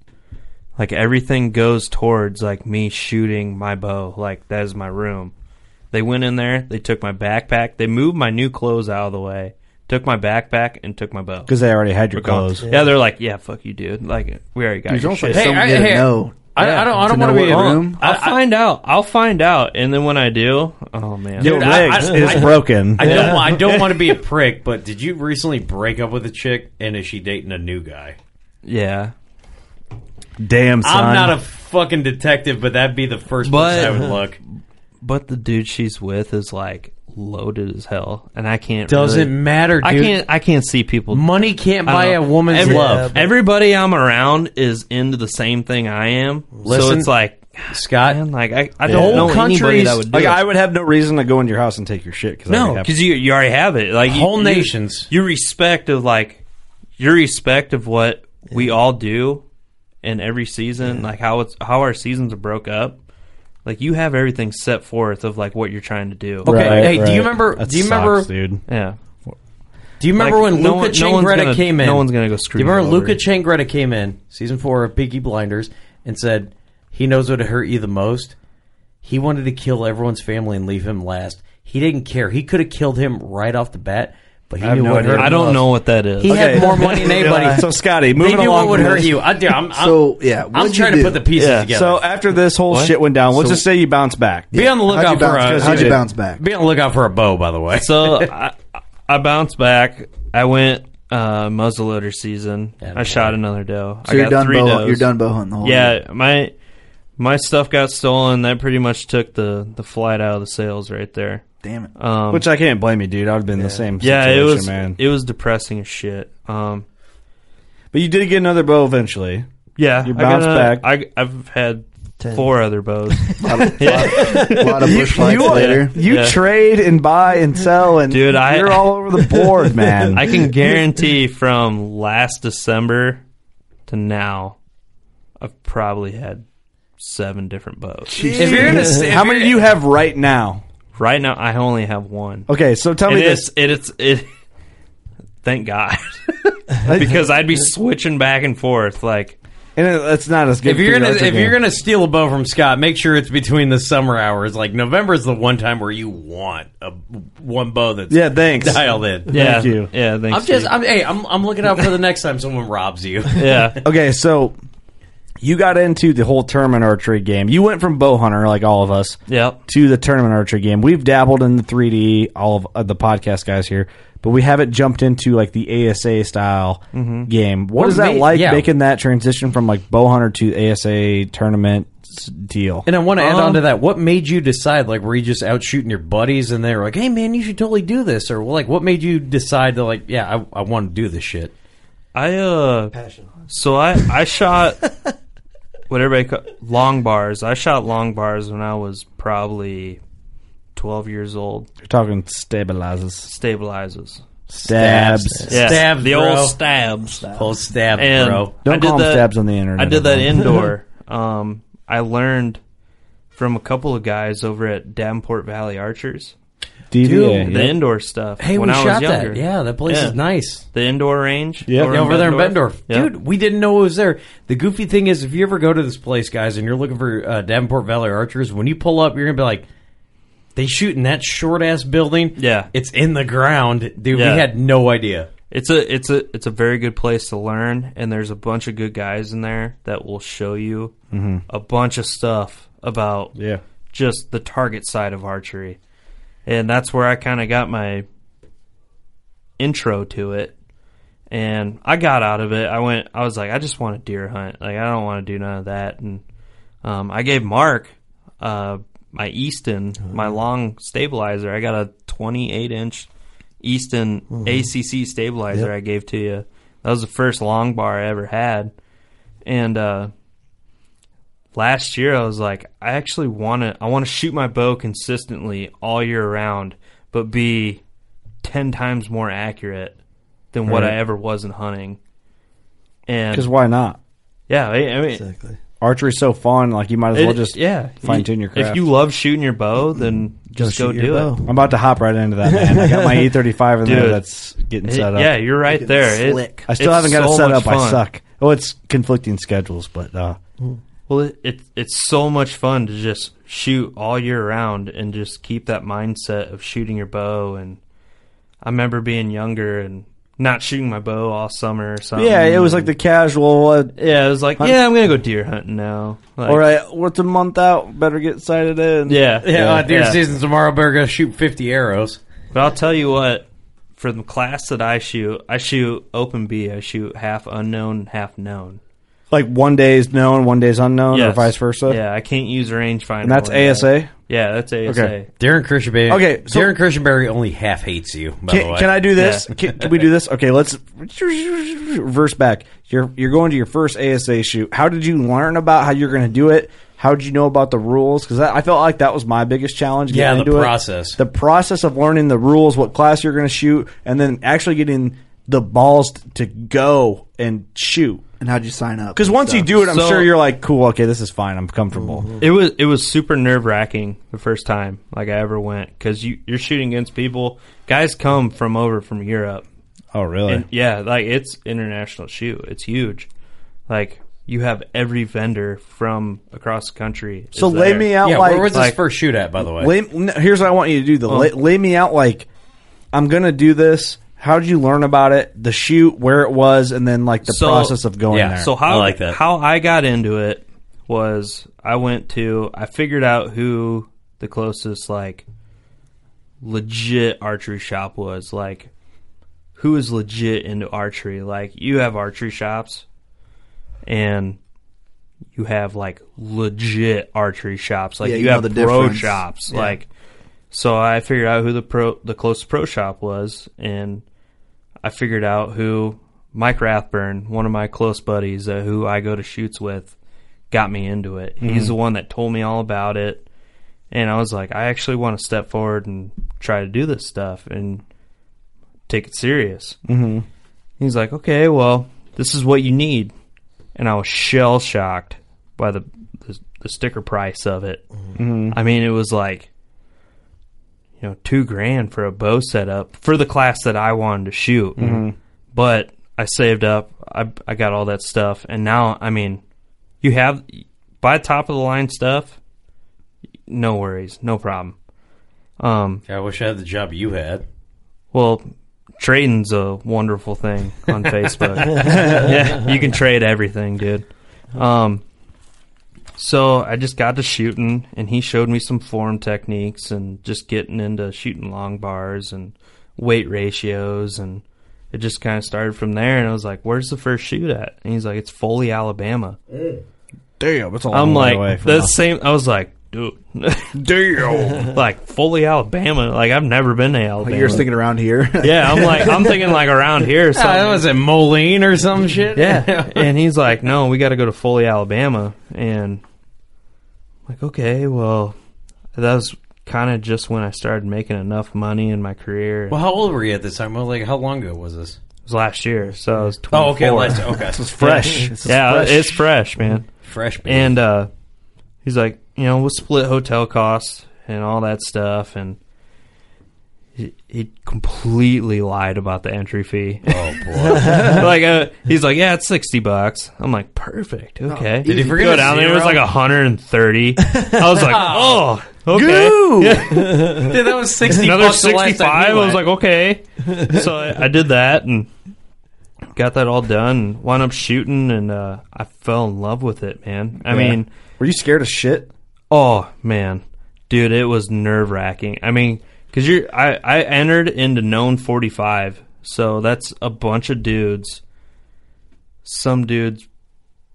like everything goes towards like me shooting my bow. Like that is my room. They went in there, they took my backpack, they moved my new clothes out of the way, took my backpack and took my bow.
'Cause they already had your
We're gone.
clothes.
Yeah. they're like, yeah, fuck you, dude. Like we already got
Dude,
your
don't
shit.
fucking Hey, someone I- didn't hey, know.
I- I don't- I don't
To know
wanna be
what
a-
room.
I'll find out. I'll find out, and then when I do, oh man,
Your legs is broken.
I don't. wa- I don't want to be a prick, but did you recently break up with a chick and is she dating a new guy?
yeah.
Damn, son.
I'm not a fucking detective, but that'd be the first place I would look.
But the dude she's with is like loaded as hell, and I can't.
Doesn't
really-
matter,
I
dude.
can't. I can't see people.
Money can't
I don't
buy a
know.
woman's
Every-
love.
Everybody I'm around is into the same thing I am. so
Listen,
it's like
Scott,
man, like I, I
the
don't
whole
know anybody
country's-
that would do
Like,
it.
I would have no reason to go into your house and take your shit. Cause I
No,
already have-
because you you already have it. Like you-
Whole
you-
nations.
You respect of like your respect of what we all do in every season, like how it's how our seasons are broke up. Like you have everything set forth of like what you're trying to do.
Okay,
Right,
hey, do
right.
you remember?
That
do you
sucks,
remember?
dude?
Yeah.
Do you remember
Like,
when
no
Luca
one- no one's
Changretta
gonna-
came in?
no one's gonna go screw
Do you
you
remember
over.
Luca Changretta came in season four of Peaky Blinders and said he knows what hurt you the most. He wanted to kill everyone's family and leave him last. He didn't care. He could have killed him right off the bat, but he
have
knew
no
what
idea.
hurt him
I don't
most.
know what that is.
He
Okay.
had more money than anybody.
So, Scotty, moving
they knew
along
what would
from
hurt
this.
you. I, dude, I'm, I'm,
So, yeah,
I'm
what'd you
trying to
do?
put the pieces
Yeah.
together.
So after this whole
What?
shit went down, let's
So-
just say you bounce back.
be on the
How'd you
lookout for
bounce,
a,
how'd
did.
you bounce back?
be on the lookout for a bow, by the way.
so I, I bounced back. I went uh, muzzleloader season.
Yeah,
I shot another doe.
So
I
you're
got
done
three
bow.
does.
You're done bow hunting the whole. year.
Yeah, my my stuff got stolen. That pretty much took the the flight out of the sales right there.
Damn it.
Um,
Which I can't blame you, dude. I would have been in the same
yeah,
situation,
it was
man.
it was depressing as shit. Um,
but you did get another bow eventually.
yeah,
You
I got
bounced
another-
back.
I, I've had four other bows.
A lot of bush fights later.
You
Yeah.
trade and buy and sell, and
Dude, I-
you're all over the board, man.
I can guarantee from last December to now, I've probably had seven different bows.
if you're in a, if
How many do you have right now?
Right now, I only have one.
Okay, so Oh, tell me
It
this.
is. It is. It. Thank God, because I'd be switching back and forth. Like,
And it- that's not as good.
if you're
for
gonna
your
if
archery
you're
game.
gonna steal a bow from Scott, make sure it's between the summer hours. Like November's the one time where you want a one bow that's
yeah, thanks.
dialed in.
yeah,
Thank you.
yeah. Thanks.
I'm just
Steve.
I'm hey I'm I'm looking out for the next time someone robs you.
yeah.
Okay, so you got into the whole tournament archery game. You went from bow hunter, like all of us,
Yep.
to the tournament archery game. We've dabbled in the 3D, all of uh, the podcast guys here, but we haven't jumped into like the ASA style game. What
What
is that
made-
like
yeah.
making that transition from like bow hunter to ASA tournament s- deal?
And I want to add
Um,
on to that. What made you decide? Like, were you just out shooting your buddies and they were like, "Hey, man, you should totally do this," or like, what made you decide to like, "Yeah, I, I want to do this shit."
I uh. So I I shot what everybody call, long bars. I shot long bars when I was probably twelve years old.
You're talking stabilizes,
Stabilizes.
stabs.
Yeah.
Stabs,
the
bro.
old stabs.
Full stab,
and
bro.
Don't
I did
call 'em
that-
stabs on the internet,
I did that
everyone.
indoor. um, I learned from a couple of guys over at Davenport Valley Archers.
DVA,
Dude, the
yep.
indoor stuff.
Hey,
when
we
I
shot
was
that.
younger.
Yeah, that place is nice.
The indoor range.
Yeah, over, there in Bendorf.
Yeah.
Dude, we didn't know it was there. The goofy thing is, if you ever go to this place, guys, and you're looking for uh, Davenport Valley Archers, when you pull up, you're going to be like, they shoot in that short ass building.
Yeah.
It's in the ground. Dude,
Yeah.
we had no idea.
It's a it's a it's a very good place to learn, and there's a bunch of good guys in there that will show you
Mhm.
a bunch of stuff about
Yeah.
just the target side of archery, and that's where I kind of got my intro to it. And I got out of it. I went. I was like, I just want to deer hunt. Like I don't want to do none of that. And um, I gave Mark uh, my Easton, my long stabilizer. I got a 28 inch Easton ACC stabilizer
Yep.
I gave to you. That was the first long bar I ever had. And uh, last year I was like, I actually want to. I want to shoot my bow consistently all year round, but be ten times more accurate than what
Right.
I ever was in hunting. And
Because why not?
Yeah, I, I mean,
Archery's so fun. Like you might as well
it-
just
yeah
fine tune
You-
your craft.
If you love shooting your bow, then just go, do it.
I'm about to hop right into that. Man, I got my E35 in there. That's getting
it-
set up.
Yeah, you're right there. It-
I still
it's
haven't got
so
it set
much
up. I
fun.
suck. Oh, it's conflicting schedules, but uh,
Well, it, it it's so much fun to just shoot all year round and just keep that mindset of shooting your bow. And I remember being younger and not shooting my bow all summer or something.
yeah, it was like the casual. Uh,
yeah, it was like yeah, I'm gonna go deer hunting now. Like,
all right, what's a month out? Better get sighted in.
Yeah,
Yeah, uh, deer
yeah.
season tomorrow, better go shoot 50 arrows.
But I'll tell you what, for the class that I shoot, I shoot open B. I shoot half unknown, half known.
Like one day is known, one day is unknown, or
Yes.
vice versa.
Yeah, I can't use a rangefinder.
And that's
when I-
ASA?
Yeah, that's ASA.
Okay.
Darren Christianberry.
Okay, so-
Darren Christianberry only half hates you, by the
Can,
way.
can I do this? Can, can we do this? Okay, let's reverse back. You're you're going to your first ASA shoot. How did you learn about how you're going to do it? How did you know about the rules? Because I felt like that was my biggest challenge. getting
Yeah, the
into it.
process.
the process of learning the rules, what class you're going to shoot, and then actually getting the balls t- to go and shoot.
And how'd you sign up?
Because once you
So-
do it, I'm
So-
sure you're like, cool, okay, this is fine. I'm comfortable.
It was it was super nerve wracking the first time like I ever went because you you're shooting against people. Guys come from over from Europe.
Oh, really?
And yeah, like it's international shoot. It's huge. Like you have every vendor from across the country. is
So lay
there.
me out
yeah,
like
where was
like,
this first shoot at, by the way?
Lay, no, here's what I want you to do. The lay, lay me out like I'm gonna do this. How did you learn about it? The shoot, where it was, and then like the
So-
process of going there.
So
I
how
like that.
how I got into it was I went to I figured out who the closest like legit archery shop was like who is legit into archery like you have archery shops and you have like legit archery shops like
Yeah,
you,
you know
have
the
pro
difference.
shops
Yeah.
like so I figured out who the pro the closest pro shop was and I figured out who Mike Rathburn, one of my close buddies, uh, who I go to shoots with, got me into it.
Mm-hmm.
He's the one that told me all about it, and I was like, I actually want to step forward and try to do this stuff and take it serious.
Mhm.
He's like, okay, well, this is what you need, and I was shell shocked by the the, the sticker price of it.
Mhm.
I mean, it was like you know, two grand for a bow setup for the class that I wanted to shoot.
Mhm.
But I saved up. I I got all that stuff, and now I mean, you have buy top of the line stuff. No worries, no problem. Um,
I wish I had the job you had.
well, trading's a wonderful thing on Facebook. yeah, you can trade everything, dude. Um, so I just got to shooting, and he showed me some form techniques and just getting into shooting long bars and weight ratios, and it just kind of started from there. And I was like, "Where's the first shoot at?" And he's like, "It's Foley, Alabama."
Damn, it's a long
I'm
way
like
away from
the
us.
same. I was like, "Dude, damn!" like Foley, Alabama. Like I've never been to Alabama.
You're just thinking around here.
Yeah, I'm like I'm thinking like around here or something.
Yeah, Ah, that was at Moline or some shit.
yeah. And he's like, No, we gotta go to Foley, Alabama and I'm like, okay, well that was kinda just when I started making enough money in my career.
Well, how old were you at this time? Well, like, how long ago was this?
it was last year, so I was twenty.
Oh, okay, Oh, last okay.
It's fresh. It's
yeah,
fresh.
it's fresh, man.
Fresh, baby.
And uh he's like, you know, we'll split hotel costs and all that stuff, and he, he completely lied about the entry fee. Oh boy! like uh, he's like, yeah, it's sixty bucks. I'm like, perfect, okay.
Oh, Did he forget
Go
a
down there? It was
zero?
like hundred and thirty. I was like, oh, okay.
Goo!
Yeah.
Dude, that was 60
Another
bucks the last time
sixty-five.
he
I was
went.
like, okay. So I, I did that and got that all done. and Wound up shooting, and uh, I fell in love with it, man. I
Yeah.
mean,
were you scared of shit?
Oh man, dude, it was nerve wracking. I mean, because you're, I, I entered into known forty five, so that's a bunch of dudes. Some dudes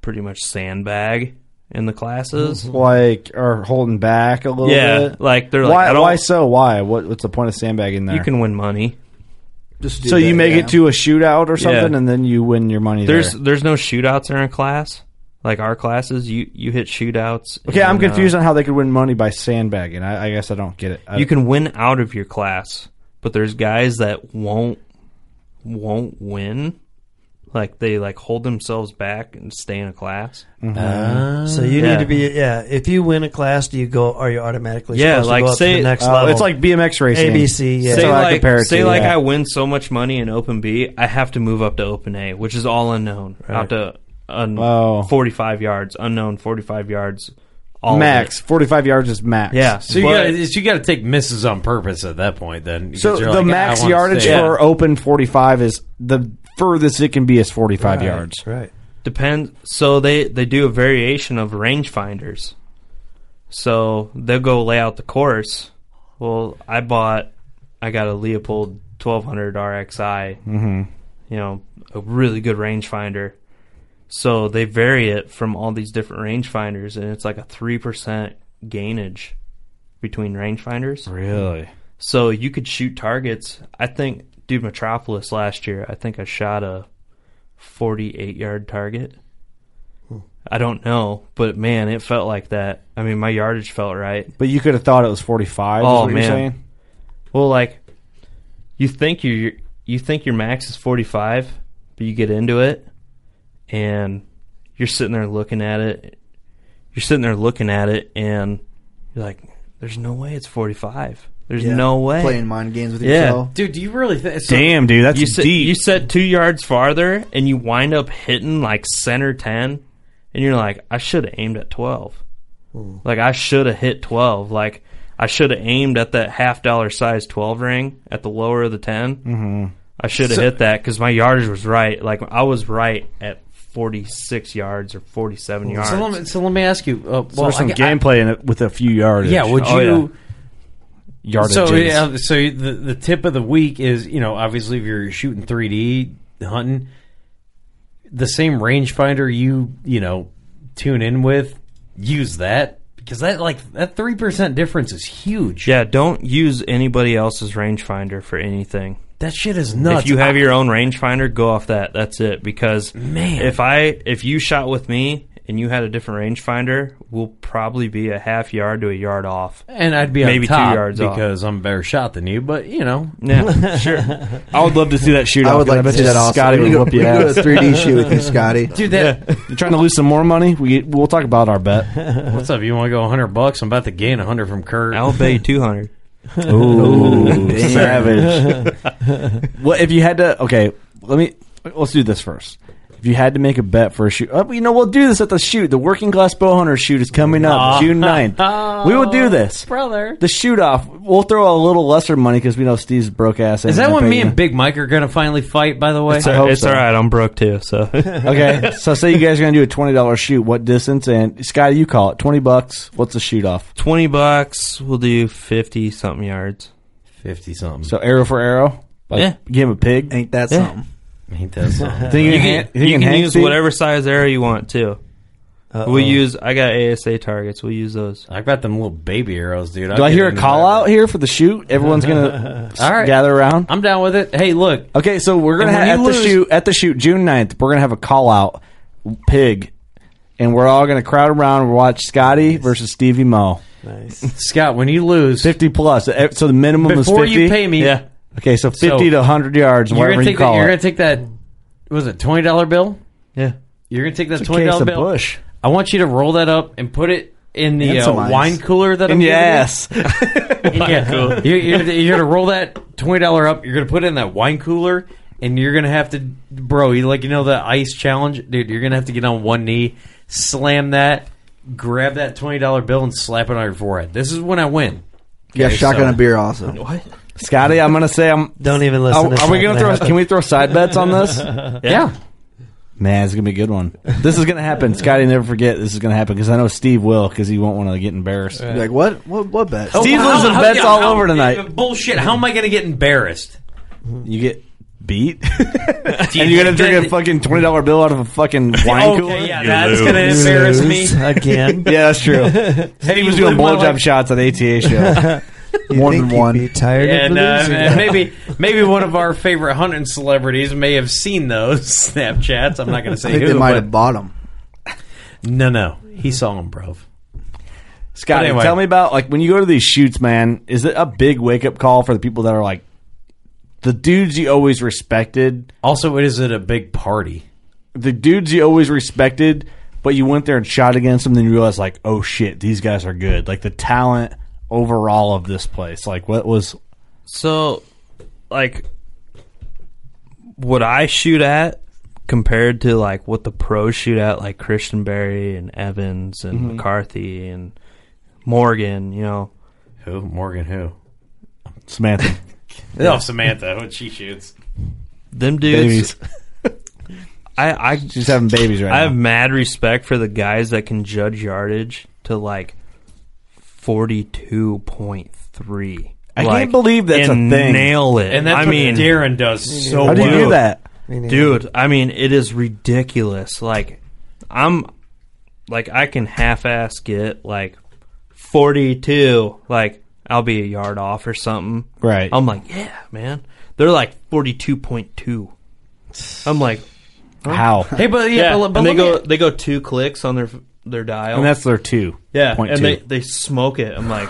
pretty much sandbag in the classes.
Like, or holding back a little
Yeah,
bit?
like, they're like,
why,
I don't-
why so? Why? What, what's the point of sandbagging there?
You can win money.
so you make it to a shootout or something,
Yeah.
and then you win your money
There's
there.
there's no shootouts in our class. Like our classes, you you hit shootouts.
Okay, I'm
and, uh,
confused on how they could win money by sandbagging. I, I guess I don't get it. I,
you can win out of your class, but there's guys that won't won't win. Like they like hold themselves back and stay in a class.
Mm-hmm.
Ah.
so you
Yeah.
need to be yeah. If you win a class, do you go? Are you automatically
Yeah,
supposed
like,
to go up
say-
to the next
Oh,
level?
uh, it's like BMX racing.
ABC. Yeah,
That's
say
how I
like,
compare it to,
say like
yeah.
I win so much money in Open B, I have to move up to Open A, which is all unknown. Out to un-
Oh.
45 yards, unknown 45 yards, all of
max. 45 yards is max.
Yeah.
So you got you got to take misses on purpose at that point. Then because
So
you're
the
like,
max
"I wanna
yardage
stay."
for open 45 is the furthest it can be is 45
Right,
yards.
Right.
Depends. So they they do a variation of rangefinders. So they'll go lay out the course. Well, I bought, I got a Leopold 1200 RXI.
Mhm.
You know, a really good rangefinder. So they vary it from all these different rangefinders, and it's like a three percent gainage between rangefinders.
Really?
So you could shoot targets. I think, dude, Metropolis last year, I think I shot a 48 yard target.
Hmm.
I don't know, but man, it felt like that. I mean, my yardage felt right.
But you could have thought it was 45. is
Oh
what
man.
You're saying?
Well, like you think you you think your max is 45, but you get into it and you're sitting there looking at it. You're sitting there looking at it and you're like there's no way it's 45. There's
Yeah.
no way.
Playing mind games with
Yeah.
yourself.
dude, do you really think? so-
Damn, dude, that's
you set,
deep.
You set two yards farther, and you wind up hitting like center ten, and you're like, I should have aimed at twelve. Like I should have hit twelve. Like I should have aimed at that half dollar size twelve ring at the lower of the 10 Mm-hmm. I should have hit that because my yardage was right. Like I was right at forty six yards or forty seven yards.
So let, me, so let me ask you. Uh, well,
so there's some
I- I-
gameplay in it with a few yards.
yeah, would
Oh,
you?
yeah. yardage?
So
is.
yeah, so the the tip of the week is you know obviously if you're shooting 3D hunting, the same rangefinder you you know tune in with, use that because that like that three percent difference is huge.
Yeah, don't use anybody else's rangefinder for anything.
That shit is nuts.
If you have
I-
your own rangefinder, go off that. That's it. Because
Man.
if I if you shot with me and you had a different rangefinder, we'll probably be a half yard to a yard off.
and I'd be on
maybe
top
two yards off.
because I'm a better shot than you, but you know
Yeah, sure.
I would love to see that shootout.
I would
'cause
like to
bet
see
you
that also.
Scotty
we
would
go,
whoop
we
your
go
ass.
to a 3D shoot with you, Scotty.
dude that.
You're trying to lose some more money? We we'll talk about our bet.
What's up? You want to go 100 bucks? I'm about to gain 100 from Kurt.
I'll bet you two hundred.
Ooh, savage. what if you had to? Okay, let me. Let's do this first. If you had to make a bet for a shoot, oh, you know, we'll do this at the shoot. The Working Class Bowhunter shoot is coming
Ah.
up June 9th. We will do this, brother. The shoot off. We'll throw a little lesser money because we know Steve's broke ass.
Is
ain't
that
gonna
when
pay
me
you.
and Big Mike are going to finally fight? By the way,
I hope
It's
so.
all right. I'm broke too. So
Okay, so say you guys are gonna do a twenty dollars shoot. What distance? And Scotty, you call it twenty bucks. What's the shoot off?
twenty bucks, we'll do fifty something yards.
50 something.
So arrow for arrow. Like,
Yeah.
Give him a pig.
Ain't that
Yeah.
something?
Ain't that something?
Think
You
can
can,
hang- think
you can
hang
use
Steve?
whatever size arrow you want too. We'll use. I got ASA targets. We'll use those.
I got them little baby arrows, dude.
Do I hear a call out here for the shoot? Everyone's gonna s-
All right.
gather around.
I'm down with it. Hey, look,
Okay, so we're gonna
And
have
when you
at the
lose-
shoot at the shoot June 9th, We're gonna have a call out pig, and we're all gonna crowd around and watch Scotty versus Stevie Mo.
nice.
Scott. When you lose,
Fifty plus. Eh, So the minimum is
before
fifty.
you pay me,
Yeah.
Okay, so fifty
So-
to hundred yards,
you're
whatever
gonna
you
take that.
call
You're
it.
gonna take that. Was it twenty dollar bill?
Yeah.
You're gonna take that
It's a
twenty
case
dollar
of
bill.
Bush.
I want you to roll that up and put it in the
And
uh,
some ice.
wine cooler that
In
I'm
your
giving you?
ass.
yeah,
cooler.
you're, you're, you're gonna roll that twenty dollar up. You're gonna put it in that wine cooler, and you're gonna have to, bro. You like you know the ice challenge, dude. You're gonna have to get on one knee, slam that, grab that twenty dollar bill, and slap it on your forehead. This is when I win.
Yeah,
Okay,
shotgun
so-
a beer also.
What?
Scotty, I'm gonna say I'm.
Don't even
Are, are we gonna throw? Can we throw side bets on this? Man, it's gonna be a good one. This is gonna happen, Scotty. Never forget this is gonna happen because I know Steve will because he won't want to get embarrassed.
Be Like what? What? What bet?
Oh,
Steve
how-
lives in
how-
bets
yeah,
all
how-
over tonight.
Bullshit. How am I gonna get embarrassed?
You get beat, and you're gonna drink a fucking twenty dollar bill out of a fucking wine
Okay,
cooler.
yeah, You that's gonna lose. embarrass me. Lose again.
yeah, that's true.
Hey,
Steve was
you live
doing
my
blowjob
life.
shots at ATA show. one and one.
tired
and uh, maybe maybe one of our favorite hunting celebrities may have seen those Snapchats. I'm not going to say
I think
who.
they might
but-
have bought them.
No, no, he saw him, bro.
Scott,
But anyway.
tell me about like when you go to these shoots, man. Is it a big wake up call for the people that are like the dudes you always respected?
Also, is it a big party?
The dudes you always respected, but you went there and shot against them, then you realize like, oh shit, these guys are good. Like the talent overall of this place. Like what was
So, like, what I shoot at compared to like what the pros shoot at, like Christian Berry and Evans and
Mm-hmm.
Mhm.
McCarthy and Morgan, you know,
Who Morgan? Who?
Samantha?
Oh, Samantha, what she shoots.
them dudes.
Babies.
I I
She's having babies right
I
now.
have mad respect for the guys that can judge yardage to like forty two point three.
I can't believe that's a thing.
Nail it,
And that's
I
what
mean,
Darren does so
How do you
well.
do that?
dude i mean it is ridiculous like i'm like i can half-ass get like 42 like i'll be a yard off or something
Right.
i'm like yeah man they're like 42.2 i'm like huh?
How?
Hey, but yeah, but, but
and they
let me-
go they go two clicks on their their dial
And that's their two.
yeah
Point
and
two.
they they smoke it i'm like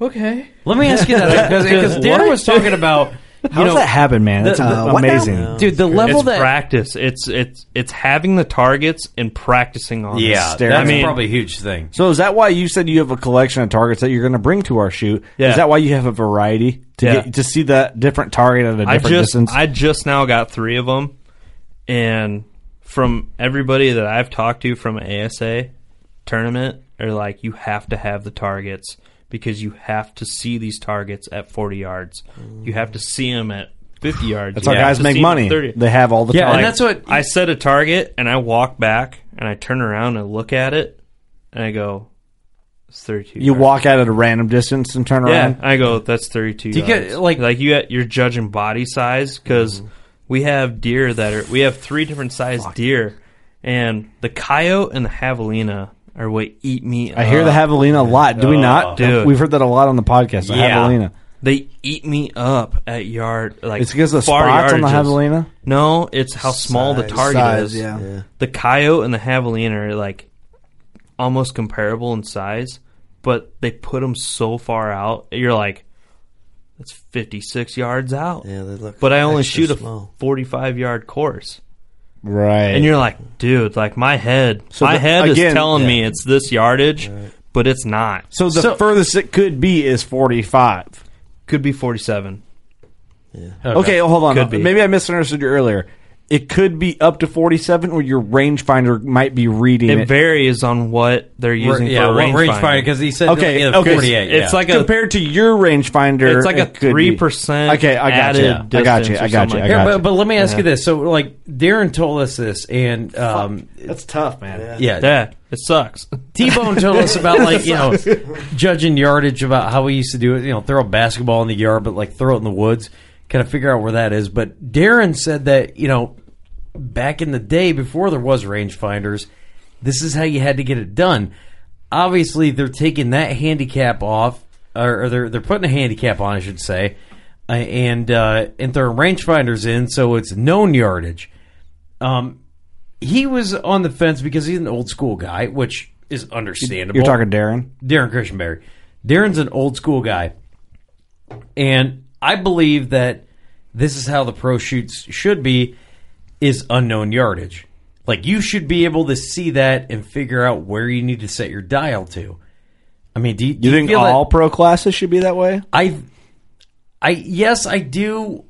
okay
Let me ask you that because Darren was talking about
How
you
does
know,
that happen, man? That's
Uh, what now?
amazing.
dude. The level
it's
that
practice. It's it's it's having the targets and practicing on.
yeah,
it.
that's
I mean,
probably a huge thing.
So is that why you said you have a collection of targets that you're going to bring to our shoot?
Yeah.
Is that why you have a variety to
Yeah.
get to see that different target at a
I
different
just
distance?
I just now got three of them, and from everybody that I've talked to from ASA tournament, are like you have to have the targets because you have to see these targets at forty yards. You have to see them at fifty yards.
That's
You
how
have
guys
to
make
see 'em at
money.
30.
They have all the
Yeah,
targets.
and
that's what-
I set a target and I walk back and I turn around and look at it and I go, it's 32.
you walk out at a random distance and turn
Yeah,
around.
I go. That's thirty-two.
you get,
yards."
like-
like you got- you're judging body size
Mm-hmm.
because we have deer that are we have three different sized deer, and the coyote and the javelina are what eat me.
I hear
up.
the javelina a lot. Do we not?
Oh, dude.
We've heard that a lot on the podcast. The
Yeah.
javelina.
They eat me up at yard like
It's because of the
far
spots on the
yardages.
javelina.
No, it's how small the
Size.
target
Size,
is.
yeah.
Yeah.
The coyote and the javelina are like almost comparable in size, but they put them so far out. You're like, that's 56 yards out.
Yeah, they look
but I only
extra
shoot a
small.
45 yard course.
Right.
And you're like, dude, like my head,
So
my
the-
head
again-
is telling me it's this yardage, but it's not.
so the furthest it could be is 45.
Could be 47.
Okay, well, hold on.
Could be.
Maybe I misunderstood you earlier. It could be up to 47 or your rangefinder might be reading
It
it.
varies on what they're using
yeah,
for a range,
because he said
Okay,
yeah,
okay.
48.
It's
yeah.
like a
compared to your rangefinder,
It's like a
it could be-
3%
Okay, I got you.
added
I got you.
distance or
I got you.
something
I
like
Yeah,
got you.
but, but let me ask you this. So, like, Darren told us this, and um,
That's tough, man.
yeah,
Yeah, it sucks.
T Bone told us about like you know judging yardage about how we used to do it. You know, throw a basketball in the yard, but like throw it in the woods. Kind of figure out where that is. But Darren said that you know back in the day before there was rangefinders, this is how you had to get it done. Obviously, they're taking that handicap off, or, or they're they're putting a handicap on, I should say, uh, and uh, and throwing rangefinders in, so it's known yardage. Um, he was on the fence because he's an old school guy, which is understandable.
You're talking Darren.
Darren Christianberry. Darren's an old school guy, and I believe that this is how the pro shoots should be: is unknown yardage. Like you should be able to see that and figure out where you need to set your dial to. I mean, do you, do
You think
feel that-
all pro classes should be that way?
I, I yes, I do.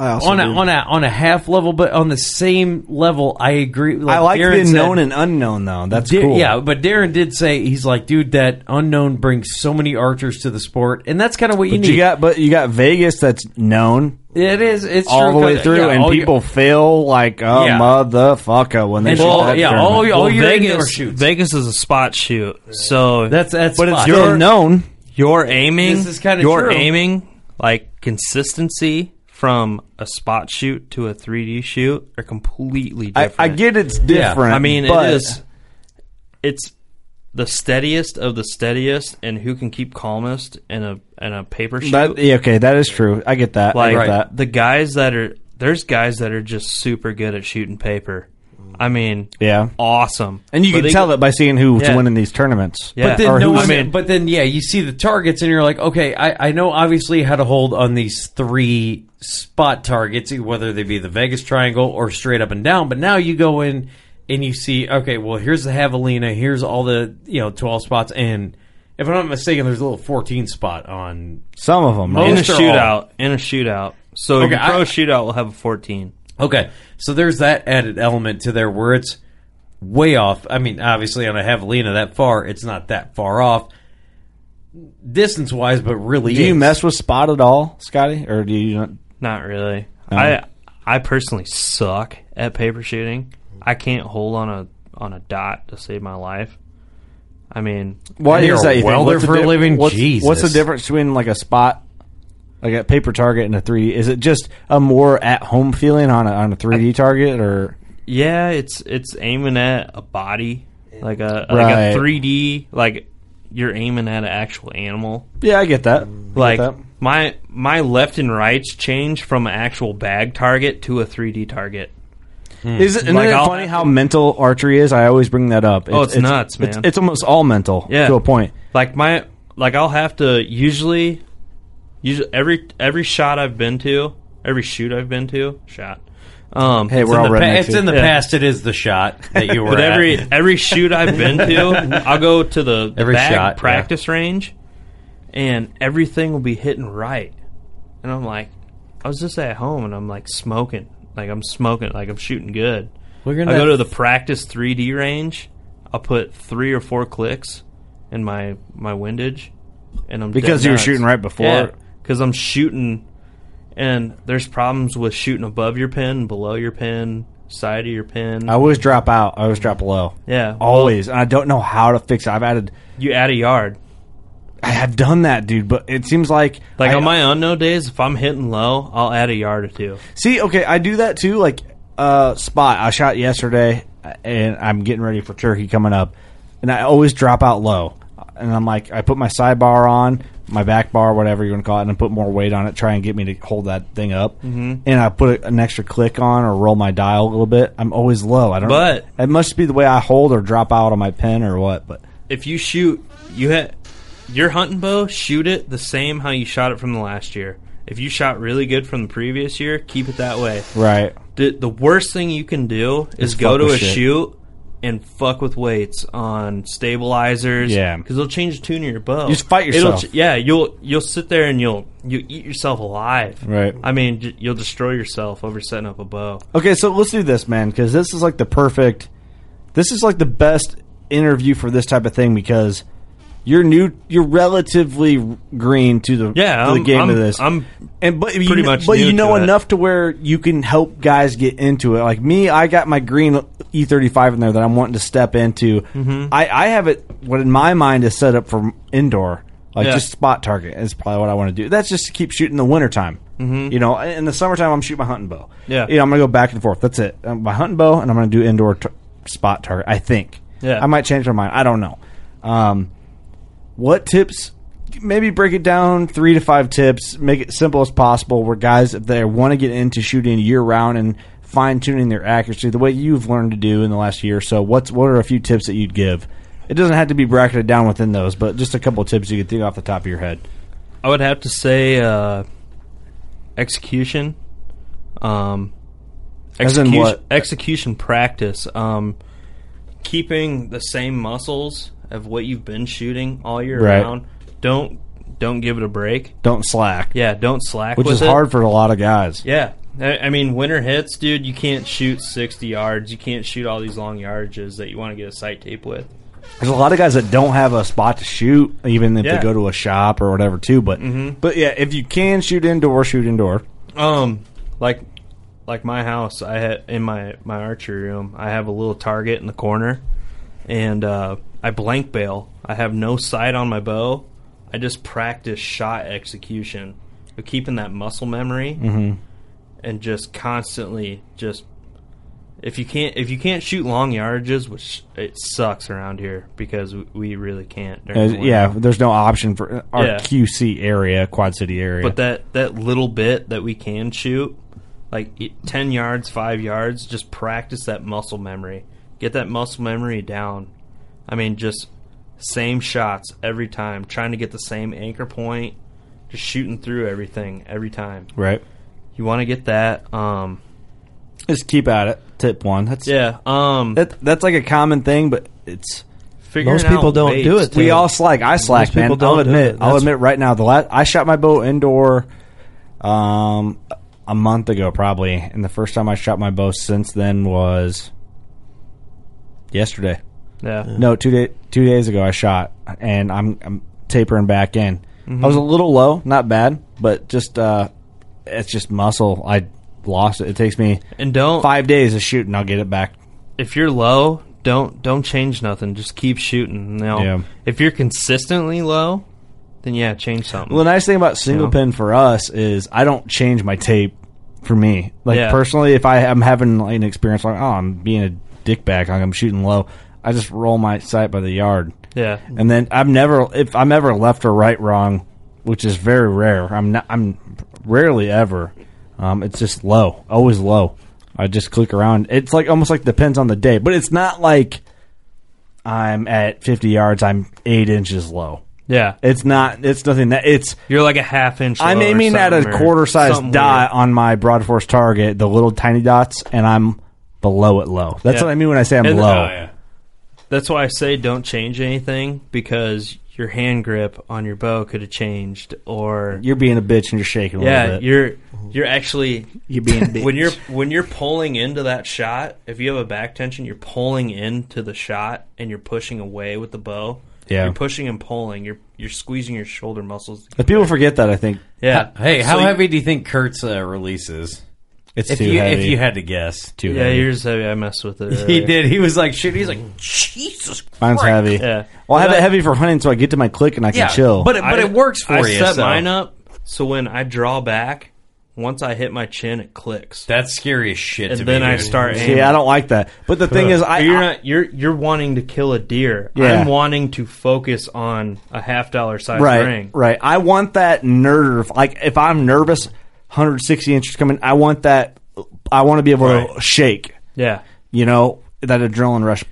I
on a, on a on a half level, but on the same level, I agree.
I like
Darren
the
said-
known and unknown though. That's
Dar-
cool.
Yeah, but Darren did say he's like, dude, that unknown brings so many archers to the sport, and that's kind of what you
But
need.
you got but you got Vegas that's known
it is. It's true,
all the way
'cause-
through,
yeah,
and
all your-
people feel like oh
Yeah.
motherfucker when they
And
shoot
all-
that
yeah,
tournament.
all- all
Well,
your indoor
Vegas,
shoots.
Vegas is a spot shoot, so
That's- that's
but it's
spot.
your
Still
known.
You're aiming.
This is kinda
you're
true.
aiming like consistency from a spot shoot to a 3D shoot are completely
I,
different.
I get it's different.
I mean,
but
it is. It's the steadiest of the steadiest, and who can keep calmest in a in a paper shoot.
That, yeah, okay, that is true. I get that.
like
I get that.
the guys that are there's guys that are just super good at shooting paper. I mean,
Yeah.
awesome.
And you
But
can
they-
tell it by seeing who's
Yeah.
winning these tournaments.
Yeah.
But then,
Or
no
who's-
one,
I mean-
but then, yeah, you see the targets, and you're like, okay, I, I know obviously how to hold on these three spot targets, whether they be the Vegas Triangle or straight up and down. But now you go in and you see, okay, well, here's the javelina, here's all the you know twelve spots, and if I'm not mistaken, there's a little fourteen spot on.
Some of
in
them.
a
Most are all-
shootout. In a shootout. So
Okay,
your pro
I-
shootout will have a 14.
Okay, so there's that added element to there where it's way off. I mean, obviously on a javelina that far, it's not that far off. Distance wise, but really,
Do you
is.
mess with spot at all, Scotty, or do you? Not,
Not really.
No.
I I personally suck at paper shooting. I can't hold on a on a dot to save my life. I mean,
what
You're
is that?
a
You think?
welder
What's the
for a
di-
living?
What's, what's the
Jesus.
difference between like a spot, like a paper target, and a three D? Is it just a more at home feeling on a on a three D target, or
yeah, it's it's aiming at a body like a
Right.
like a 3D like you're aiming at an actual animal.
yeah, I get that. I get
Like
that.
my my left and rights change from an actual bag target to a 3D target.
Is it, isn't
Like,
it
I'll-
funny how mental archery is? I always bring that up.
Oh, it's nuts,
It's,
man.
it's almost all mental
Yeah.
to a point.
like my like I'll have to usually usually every every shot I've been to, every shoot I've been to, shot. Um
Hey,
it's
we're
in
all
the
rednecks
pa-
Pa- it's
here.
in the
Yeah.
past. It is the shot that you were
But
at.
every every shoot I've been to, I'll go to the the
Every
bag
shot, yeah.
practice range and everything will be hitting right. And I'm like I was just at home and I'm like smoking. Like I'm smoking, like I'm shooting good.
Well, you're
I
not-
go to the practice 3D range. I'll put three or four clicks in my my windage, and I'm
Because
dead
you were
nuts.
shooting right before.
Yeah, because I'm shooting, and there's problems with shooting above your pin, below your pin, side of your pin.
I always drop out. I always drop low.
yeah, well,
Always. And I don't know how to fix it. I've added.
you add a yard.
I have done that, dude. But it seems like
Like
I,
on my unknown days, if I'm hitting low, I'll add a yard or two.
See, okay, I do that too. Like uh, spot, I shot yesterday, and I'm getting ready for turkey coming up, and I always drop out low. And I'm like, I put my side bar on, my back bar, whatever you want to call it, and I put more weight on it, try and get me to hold that thing up. Mm-hmm. And I put a, an extra click on or roll my dial a little bit. I'm always low. I don't.
But-
it must be the way I hold or drop out on my pen or what. But
If you shoot, you hit your hunting bow. Shoot it the same how you shot it from the last year. If you shot really good from the previous year, keep it that way.
right,
The, the worst thing you can do is
Just
go
fuck
to
with
a
shit.
shoot and fuck with weights on stabilizers.
Yeah.
because they'll change the tune of your bow.
You just fight
It'll
yourself.
ch- yeah, you'll you'll sit there and you'll you eat yourself alive.
Right.
I mean, j- you'll destroy yourself over setting up a bow.
Okay, so let's do this, man, because this is like the perfect. This is like the best interview for this type of thing because you're new, you're relatively green to the
Yeah,
to the
I'm-
game
I'm-
of this.
I'm
and but you
pretty
kn-
much
but
new
you know
to it.
enough to where you can help guys get into it. Like me, I got my green E35 in there that I'm wanting to step into.
Mm-hmm.
I I have it what in my mind is set up for indoor. Like
Yeah.
just spot target is probably what I want to do. That's just to keep shooting in the wintertime. Mm-hmm. You know, in the summertime I'm shooting my hunting bow.
Yeah.
You know, I'm gonna go back and forth. That's it. Um, My hunting bow, and I'm gonna do indoor t- spot target. I think.
Yeah.
I might change my mind. I don't know. Um, what tips? Maybe break it down three to five tips. Make it simple as possible. Where guys, if they want to get into shooting year round and fine tuning their accuracy the way you've learned to do in the last year or so, what's what are a few tips that you'd give? It doesn't have to be bracketed down within those, but just a couple of tips you could think off the top of your head.
I would have to say uh, execution. Um,
As in
Execution-
what?
Execution practice. Um, keeping the same muscles of what you've been shooting all year
Right.
round. Don't don't give it a break.
Don't slack.
Yeah, don't slack.
Which
with
is
it.
hard for a lot of guys.
Yeah. I I mean, winter hits, dude. You can't shoot 60 yards. You can't shoot all these long yardages that you want to get a sight tape with.
There's a lot of guys that don't have a spot to shoot, even if
Yeah.
they go to a shop or whatever too. But
Mhm.
but yeah, if you can shoot indoor, shoot indoor.
Um, like, like my house, I had in my my archery room, I have a little target in the corner, and uh, I blank bail. I have no sight on my bow. I just practice shot execution, but keeping that muscle memory,
Mhm.
and just constantly just. If you can't if you can't shoot long yardages, which it sucks around here because we- we really can't. during
Uh,
the winter.
yeah, there's no option for uh, our
Yeah.
QC area, Quad City area.
But that that little bit that we can shoot, like it- ten yards, five yards, just practice that muscle memory. Get that muscle memory down. I mean, just same shots every time, trying to get the same anchor point, just shooting through everything every time.
Right.
You want to get that. Um,
just keep at it. Tip one. That's
yeah. Um,
that, that's like a common thing, but it's
Figuring Most people out don't weights, do it,
We
too.
all slack. I
Most
slack, man.
people
I'll
don't do
admit.
it.
I'll
That's-
admit right now. The last I shot my bow indoor, um, a month ago probably, and the first time I shot my bow since then was
Yeah.
yesterday.
Yeah.
No, two day two days ago I shot, and I'm, I'm tapering back in.
Mm-hmm.
I was a little low, not bad, but just uh, it's just muscle. I lost it. It takes me
and don't
five days of shooting. I'll get it back.
if you're low, don't don't change nothing. Just keep shooting. Now,
Yeah.
if you're consistently low, then yeah, change something.
Well, the nice thing about single
Yeah.
pin for us is I don't change my tape for me. Like
Yeah.
personally, if I am having like, an experience like, oh, I'm being a dickbag, like I'm shooting low, I just roll my sight by the yard.
Yeah.
and then I'm never if I'm ever left or right wrong, which is very rare. I'm not. I'm rarely ever. Um, it's just low, always low. I just click around. It's like almost like depends on the day, but it's not like I'm at 50 yards. I'm eight inches low.
Yeah.
It's not. It's nothing that it's.
You're like a half inch.
I'm
low or
aiming at
something
a
or
quarter size
something
dot on my broadforce target, the little tiny dots, and I'm below it low. That's
Yeah.
what I mean when I say I'm
And-
low.
oh, yeah. That's why I say don't change anything because your hand grip on your bow could have changed, or
You're being a bitch and you're shaking a
yeah,
little bit.
you're you're actually
You're being a bitch.
when you're when you're pulling into that shot. If you have a back tension, you're pulling into the shot and you're pushing away with the bow.
Yeah.
you're pushing and pulling. You're you're squeezing your shoulder muscles.
But people forget that. I think.
Yeah.
Hey, how
So you-
heavy do you think Kurt's uh, release is?
It's
if
too
you, If
heavy.
you had to guess,
Too
yeah, yours heavy. I messed with it.
He
earlier.
did. He was like, "Shit." He's like, "Jesus."
Mine's
Christ."
heavy.
Yeah.
Well, I have
But
it
I-
heavy for hunting, so I get to my click and I can
Yeah,
chill.
but it- works for
I
you,
set
so-
mine up so when I draw back, once I hit my chin, it clicks.
That's scary as shit.
And
to
then
me,
I
dude.
start
See,
aiming.
I don't like that. But the thing is, I,
you're not you're you're wanting to kill a deer.
Yeah.
I'm wanting to focus on a half dollar size
right,
ring.
right. I want that nerve. Like if I'm nervous, 160 inches coming. I want that. I want to be able to shake.
Yeah.
You know that adrenaline rush.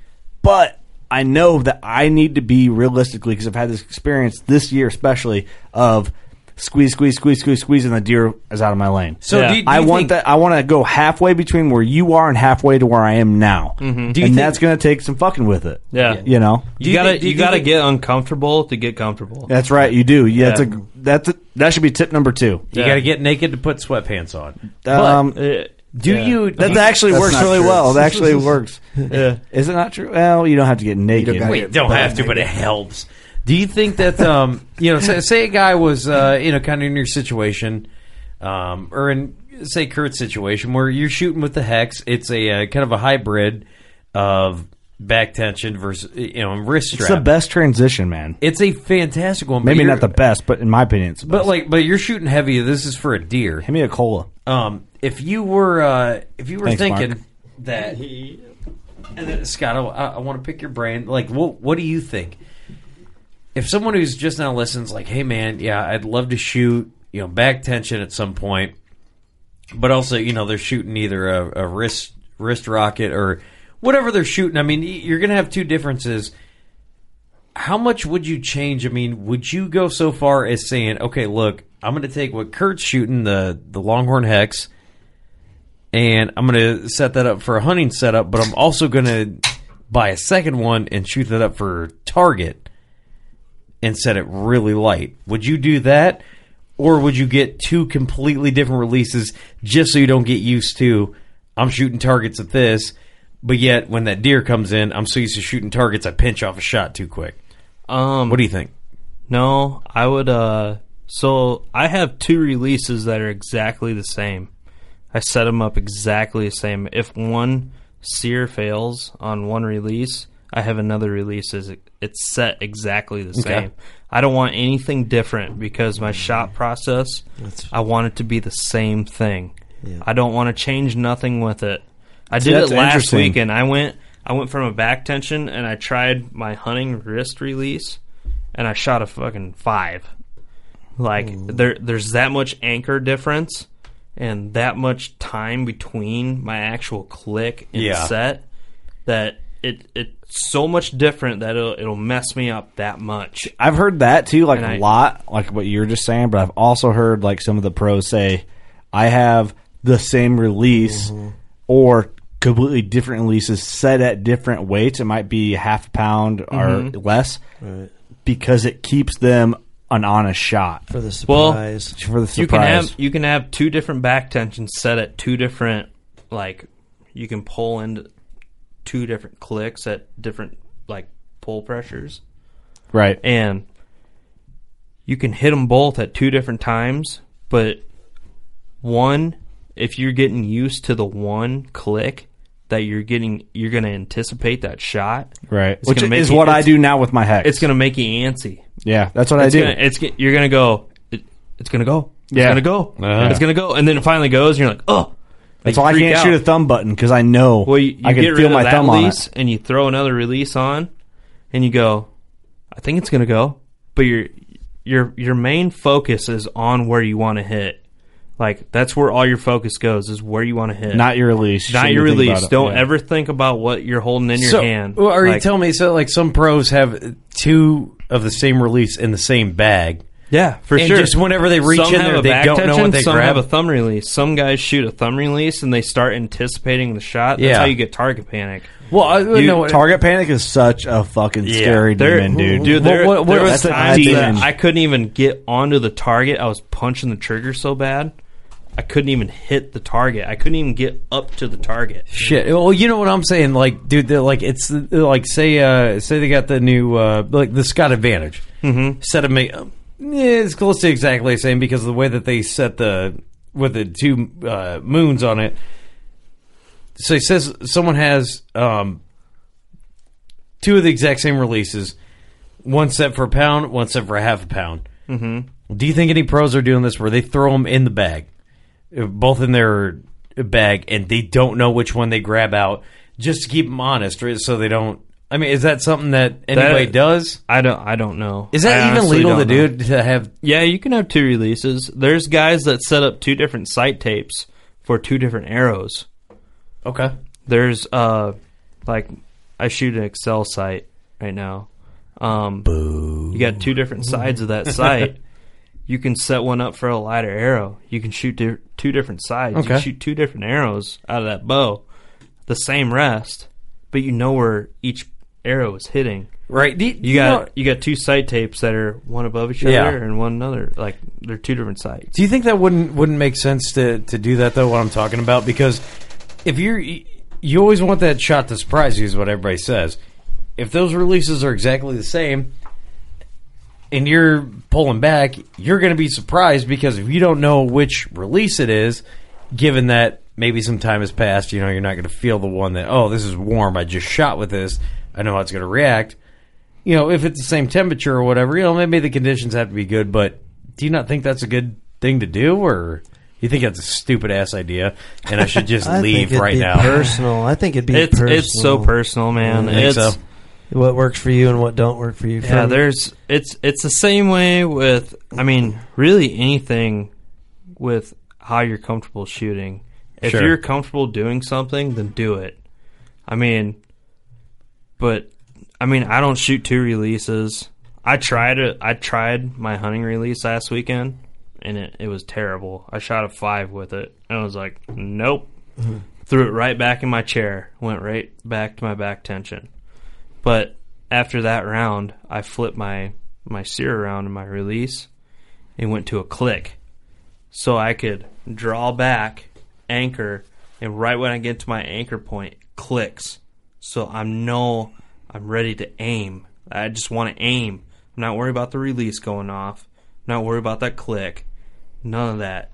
But I know that I need to be realistically because I've had this experience this year, especially of squeeze, squeeze, squeeze, squeeze, squeeze, and the deer is out of my lane.
So do you- do
I
you
want
think-
that. I want to go halfway between where you are and halfway to where I am now.
Do you
and
think-
that's going to take some fucking with it.
Yeah.
you know.
You,
Mm-hmm. Do you
gotta
think- do
you,
you
gotta
think-
get uncomfortable to get comfortable.
That's right. You do. Yeah, that's
Yeah.
a that's a, that should be tip number two.
You got to get naked to put sweatpants on.
Um,
do you?
that actually
That's
works
not
really
true.
well. That actually works. Is it not true? Well, you don't have to get naked.
gotta
Well, you
get
don't
butt
have to, but it
naked.
helps. Do you think that um, you know, say, say a guy was uh, you know kind of in your situation, um, or in say Kurt's situation where you're shooting with the hex, it's a uh, kind of a hybrid of back tension versus you know and wrist strap.
It's the best transition, man.
It's a fantastic one. but
Maybe
you're-
not the best, but in my opinion, it's the
But
best.
like, but you're shooting heavy. This is for a deer.
Hand me a cola.
Um, if you were, uh, if you were
Thanks,
thinking
Mark.
that, and then, Scott, I, want to pick your brain. Like, what what do you think? If someone who's just now listens, like, hey man, yeah, I'd love to shoot, you know, back tension at some point, but also, you know, they're shooting either a, a wrist wrist rocket or whatever they're shooting. I mean, y- you're going to have two differences. How much would you change? I mean, would you go so far as saying, okay, look, I'm going to take what Kurt's shooting the the Longhorn Hex, and I'm gonna set that up for a hunting setup. But I'm also gonna buy a second one and shoot that up for target, and set it really light. Would you do that, or would you get two completely different releases just so you don't get used to? I'm shooting targets at this, but yet when that deer comes in, I'm so used to shooting targets, I pinch off a shot too quick.
Um,
what do you think?
No, I would. uh So I have two releases that are exactly the same. I set them up exactly the same. If one sear fails on one release, I have another release. Is it's set exactly the
Okay.
same. I don't want anything different because my shot process. I want it to be the same thing. I don't want to change nothing with it. I
See,
did it
that's
last
interesting.
weekend. I went I went from a back tension and I tried my hunting wrist release and I shot a fucking five. Like there there's that much anchor difference and that much time between my actual click and
Yeah.
set that it it's so much different that it'll, it'll mess me up that much.
I've heard that too, like
And I-
a lot, like what you were just saying. But I've also heard like some of the pros say, I have the same release
Mm-hmm.
or completely different releases set at different weights. It might be half a pound or
Mm-hmm.
Mhm.
less because it keeps them an honest shot
for the
Well,
surprise.
for the surprise.
You can have you can have two different back tensions set at two different like you can pull in two different clicks at different like pull pressures.
Right.
And you can hit them both at two different times, but one if you're getting used to the one click that you're getting you're going to anticipate that shot.
Right.
it's
Which
gonna make
is
you-
what I
it's-
do now with my hex.
It's going to make you antsy.
yeah, that's what I
It's
do.
gonna- it's g- you're gonna go. It, it's gonna go. It's
Yeah.
gonna go.
Uh-huh.
It's gonna go, and then it finally goes, and you're like, oh.
that's why I can't shoot a thumb button because I know
Well, you, you
I can
get rid
feel
of
my
that
thumb on it.
release, and you throw another release on, and you go, I think it's gonna go, but your your your main focus is on where you want to hit. Like that's where all your focus goes is where you want to hit,
Not your release.
not
Shouldn't
your
you think about
release.
it?
Don't
Yeah.
ever think about what you're holding in your
so,
hand.
well, are you
Like,
telling me so? Like some pros have two of the same release in the same bag.
Yeah, for
And
sure.
Just whenever they reach
Some
in
have
there,
a
they
back
don't know
tension,
what they
some
grab.
have a thumb release. Some guys shoot a thumb release and they start anticipating the shot. That's
Yeah.
how you get target panic.
well, I,
You-
no,
target panic is such a fucking
Yeah.
scary
There-
demon, dude.
Dude, there,
What- what-
there
what-
was
that's
times
a
that
demon.
I couldn't even get onto the target. I was punching the trigger so bad, I couldn't even hit the target. I couldn't even get up to the target.
Shit. Well, you know what I'm saying, like, dude, they're like it's they're like say uh say they got the new uh like the Scott Advantage
Mhm.
set of me. Um, yeah, it's close to exactly the same because of the way that they set the with the two uh, moons on it. So he says someone has um two of the exact same releases, one set for a pound, one set for a half a pound.
Mhm.
Do you think any pros are doing this where they throw them in the bag, uh, both in their bag, and they don't know which one they grab out just to keep them honest, right? So they don't. I mean, is that something that anybody
That-
does?
I don't. I don't know.
Is that
I
even
honestly
legal to do
don't know.
to have?
Yeah, you can have two releases. There's guys that set up two different sight tapes for two different arrows.
Okay.
There's uh like I shoot an Excel site right now. Um you got two different sides of that site. you can set one up for a lighter arrow. You can shoot di- two different sides. You
Okay.
shoot two different arrows out of that bow. The same rest, but you know where each arrow is hitting.
Right. Do you-
You got you got two sight tapes that are one above each other
Yeah.
and one another. Like they're two different sites.
Do you think that wouldn't wouldn't make sense to to do that though? What I'm talking about because if you're you always want that shot to surprise you is what everybody says. If those releases are exactly the same and you're pulling back, you're going to be surprised because if you don't know which release it is, given that maybe some time has passed, you know you're not going to feel the one that oh this is warm. I just shot with this. I know how it's going to react. You know if it's the same temperature or whatever, you know maybe the conditions have to be good, but do you not think that's a good thing to do, or you think that's a stupid ass idea, and I should just
I think
leave
it'd
right
be
now?
Personal. I think it'd be
It's-
personal.
it's so personal, man.
Yeah.
You think It's- so?
what works for you and what don't work for you.
Yeah,
For-
there's it's it's the same way with I mean, really anything with how you're comfortable shooting. If
Sure.
you're comfortable doing something, then do it. I mean, but I mean, I don't shoot two releases. I tried it. I tried my hunting release last weekend, and it, it was terrible. I shot a five with it, and I was like, nope, Mhm. Threw it right back in my chair. Went right back to my back tension. But after that round, I flipped my my sear around in my release. It went to a click, so I could draw back, anchor, and right when I get to my anchor point, clicks. So I'm no, I'm ready to aim. I just want to aim. I'm not worried about the release going off. I'm not worried about that click. None of that.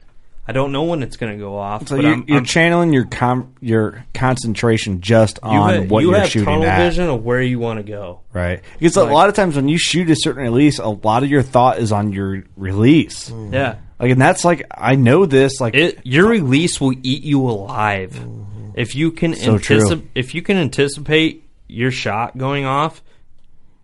I don't know when it's going to go off.
So
but
you,
I'm,
you're
I'm
channeling your com- your concentration just
you
on
have-
what
you
are
have
shooting
tunnel
at,
vision of where you want to go.
right? Because
Like-
a lot of times when you shoot a certain release, a lot of your thought is on your release.
Yeah.
like and that's like I know this. Like
it, your release will eat you alive.
Mm-hmm.
If you can
So true.
anticipate, if you can anticipate your shot going off,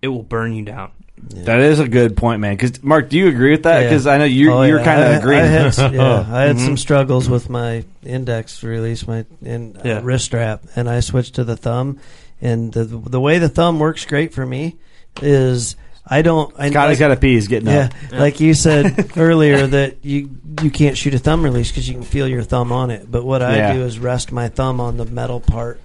it will burn you down.
That is a good point, man. Because Mark, do you agree with that?
Yeah.
Because I know you're
Oh,
you're
yeah.
kind
I-
of agreeing.
I had, s- yeah, I had some
Mhm.
struggles with my index release, my in, uh,
Yeah.
wrist strap, and I switched to the thumb. And the the way the thumb works great for me is I don't. I,
Scotty's got a pee, he's getting
yeah,
up. Yeah.
like you said earlier that you you can't shoot a thumb release because you can feel your thumb on it. But what I
Yeah.
do is rest my thumb on the metal part,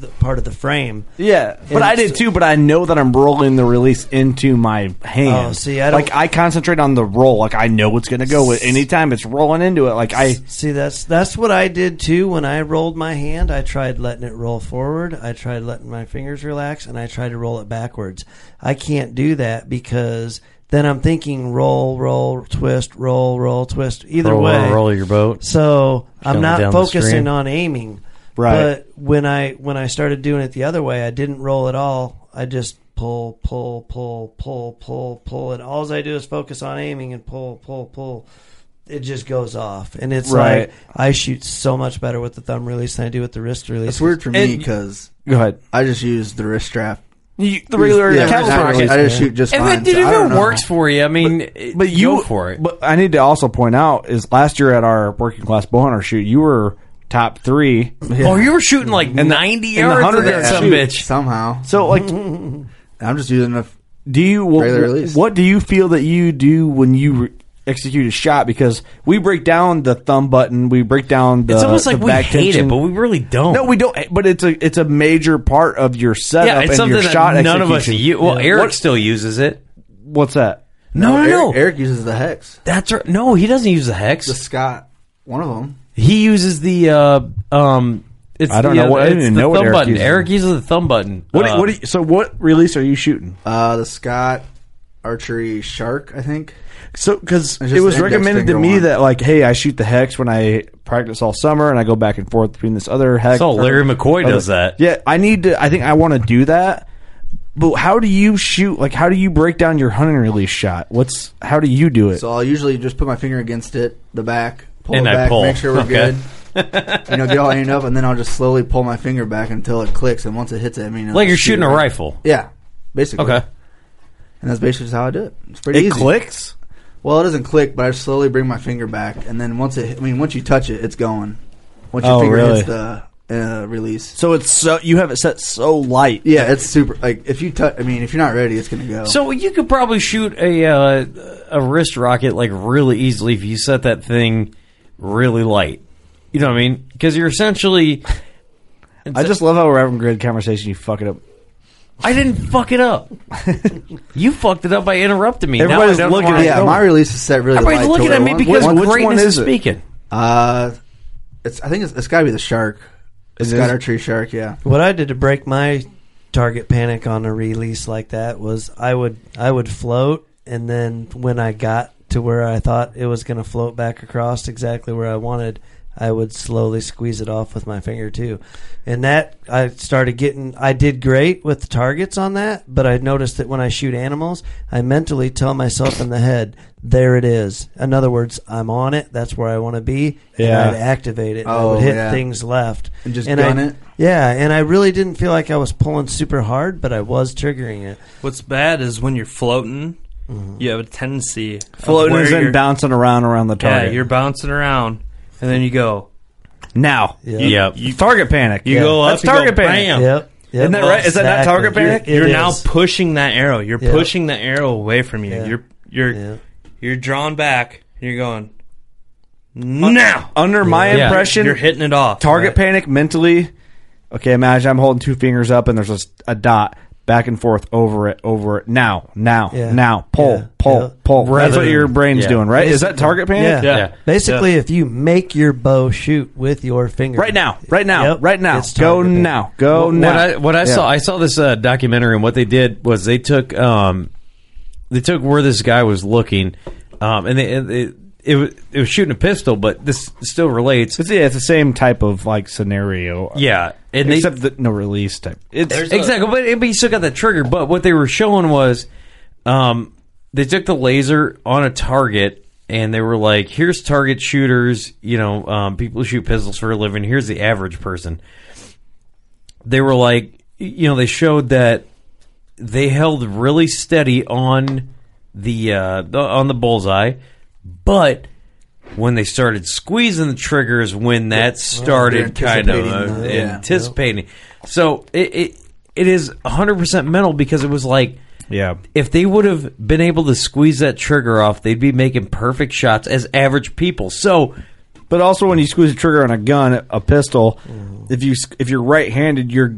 the part of the frame.
Yeah, but
And
I did too. But I know that I'm rolling the release into my hand.
Oh, see, I don't-
like I concentrate on the roll. Like I know it's going to go with anytime it's rolling into it. Like I
See, that's that's what I did too. When I rolled my hand, I tried letting it roll forward. I tried letting my fingers relax, and I tried to roll it backwards. I can't do that because then I'm thinking roll, roll, twist, roll, roll, twist. Either
Roll,
way,
roll, roll your boat.
So
Coming
I'm not
down the
focusing
stream.
on aiming.
Right.
But when I when I started doing it the other way, I didn't roll at all. I just pull, pull, pull, pull, pull, pull, and all I do is focus on aiming and pull, pull, pull. It just goes off, and it's
Right.
like I shoot so much better with the thumb release than I do with the wrist release.
That's weird for me because
go ahead.
I just use the wrist strap.
You,
the regular
yeah,
capital
I, just-
pockets,
I just
man.
shoot just
If it-
fine.
dude,
so
if
I don't
it
know.
works for you, I mean, it-
but you
go for it.
But I need to also point out is last year at our working class bowhunter shoot, you were top three.
Oh, you were shooting like
the-
90
in the
yards of
100
that
yard
some
shoot.
bitch.
somehow.
So like,
I'm just using a
do you
Regular
what,
release.
what do you feel that you do when you re- execute a shot? Because we break down the thumb button, we break down the.
It's almost like
the
we
back
hate
tension.
it, but we really don't.
No, we don't. But it's a it's a major part of your setup
yeah, it's
and
something
your
that
shot
none of us.
execution.
u- Well,
Yeah.
Eric
What-
still uses it.
what's that?
No, no,
Eric,
no.
Eric uses the hex.
That's right. No, he doesn't use the hex.
The Scott, one of them.
He uses the uh, um. It's
I don't
the,
know what- I
it's
didn't even
the
know what
thumb
Eric
button.
uses.
Eric uses the thumb button.
What, do-
Uh,
what do you- so what release are you shooting?
Uh, the Scott archery shark, I think.
So because
It's
it
just
was
the index
recommended to
finger
me
one.
that like, hey, I shoot the hex when I practice all summer, and I go back and forth between this other hex.
So Larry McCoy
other-
does that.
Yeah, I need to. I think I want to do that. But how do you shoot? Like, how do you break down your hunt and release shot? What's how do you do it?
So I'll usually just put my finger against it, the back, pull
And
it
I
back,
pull.
make sure we're
Okay.
good. you know, get all aimed up, and then I'll just slowly pull my finger back until it clicks. And once it hits it, I mean, I'll
Like you're
shoot
shooting
it.
a rifle.
Yeah, basically.
Okay.
And that's basically just how I do it. It's pretty easy.
clicks.
Well, it doesn't click, but I slowly bring my finger back, and then once it, I mean, once you touch it, it's going. Once your
Oh,
finger
really?
hits the uh, release,
So it's so you have it set so light.
yeah, it's super. Like if you touch, I mean, if you're not ready, it's gonna go.
So you could probably shoot a uh, a wrist rocket like really easily if you set that thing really light. You know what I mean? Because you're essentially.
I just love how we're having a great conversation. You fuck it up.
I didn't fuck it up. you fucked it up by interrupting me. Now I
Everybody's
don't
looking
wanna-
at
yeah,
you.
my release is set really.
Everybody's
light to
looking
where
at me
I want-
because
Which- which one
greatness
is
is
it?
speaking.
uh, it's. I think it's, it's got to be the shark. It's got our tree shark. Yeah.
What I did to break my target panic on a release like that was I would I would float and then when I got to where I thought it was going to float back across exactly where I wanted, I would slowly squeeze it off with my finger too. And that I started getting I did great with the targets on that, but I noticed that when I shoot animals, I mentally tell myself in the head, there it is. In other words, I'm on it, that's where I want to be,
Yeah.
and I'd activate it. and I
Oh,
would hit
yeah.
things left
And just
I-
gun it?
yeah, and I really didn't feel like I was pulling super hard, but I was triggering it.
What's bad is when you're floating,
Mm-hmm.
you have a tendency of where
Floating
you're-
and bouncing around around the
Yeah,
target.
you're bouncing around, and then you go.
now.
Yep.
You, target panic.
You
Yeah.
go up.
That's
you go
target panic.
bam.
Yep. yep.
Isn't that right? Is that not target panic?
It
You're now
is.
pushing that arrow. You're
Yeah.
pushing the arrow away from you.
Yeah.
You're you're
Yeah.
you're drawn back. You're going. now.
Under my
Yeah.
impression,
You're hitting it off.
Target
right?
panic mentally. Okay, imagine I'm holding two fingers up and there's a, s- a dot back and forth over it, over it. Now, now,
Yeah.
now, pull,
Yeah.
pull,
Yeah.
pull. That's what your brain's
Yeah.
doing, right? Is that target panic?
Yeah. Basically, if you make your bow shoot with your finger,
Right now, right now,
Yep.
right now.
It's
Go
target panic.
now, go
What-
now.
What I, what I
Yeah.
saw, I saw this uh, documentary, and what they did was they took um, they took where this guy was looking, um, and they, and they it, was it was shooting a pistol, but this still relates.
It's, yeah, it's the same type of like scenario.
Yeah, and they-
except the no release type. It's
It's exactly, but it, but you still got that trigger. But what they were showing was, um, they took the laser on a target, and they were like, "Here's target shooters. You know, um, people who shoot pistols for a living. Here's the average person." They were like, you know, they showed that they held really steady on the, uh, the on the bullseye, but when they started squeezing the triggers, when that started
they're
kind of
anticipating
uh,
the- yeah.
anticipating, so it, it it is 100% mental because it was like
yeah.
If they would have been able to squeeze that trigger off, they'd be making perfect shots as average people. So,
But also, when you squeeze the trigger on a gun, a pistol,
Mm.
if you if you're right-handed, your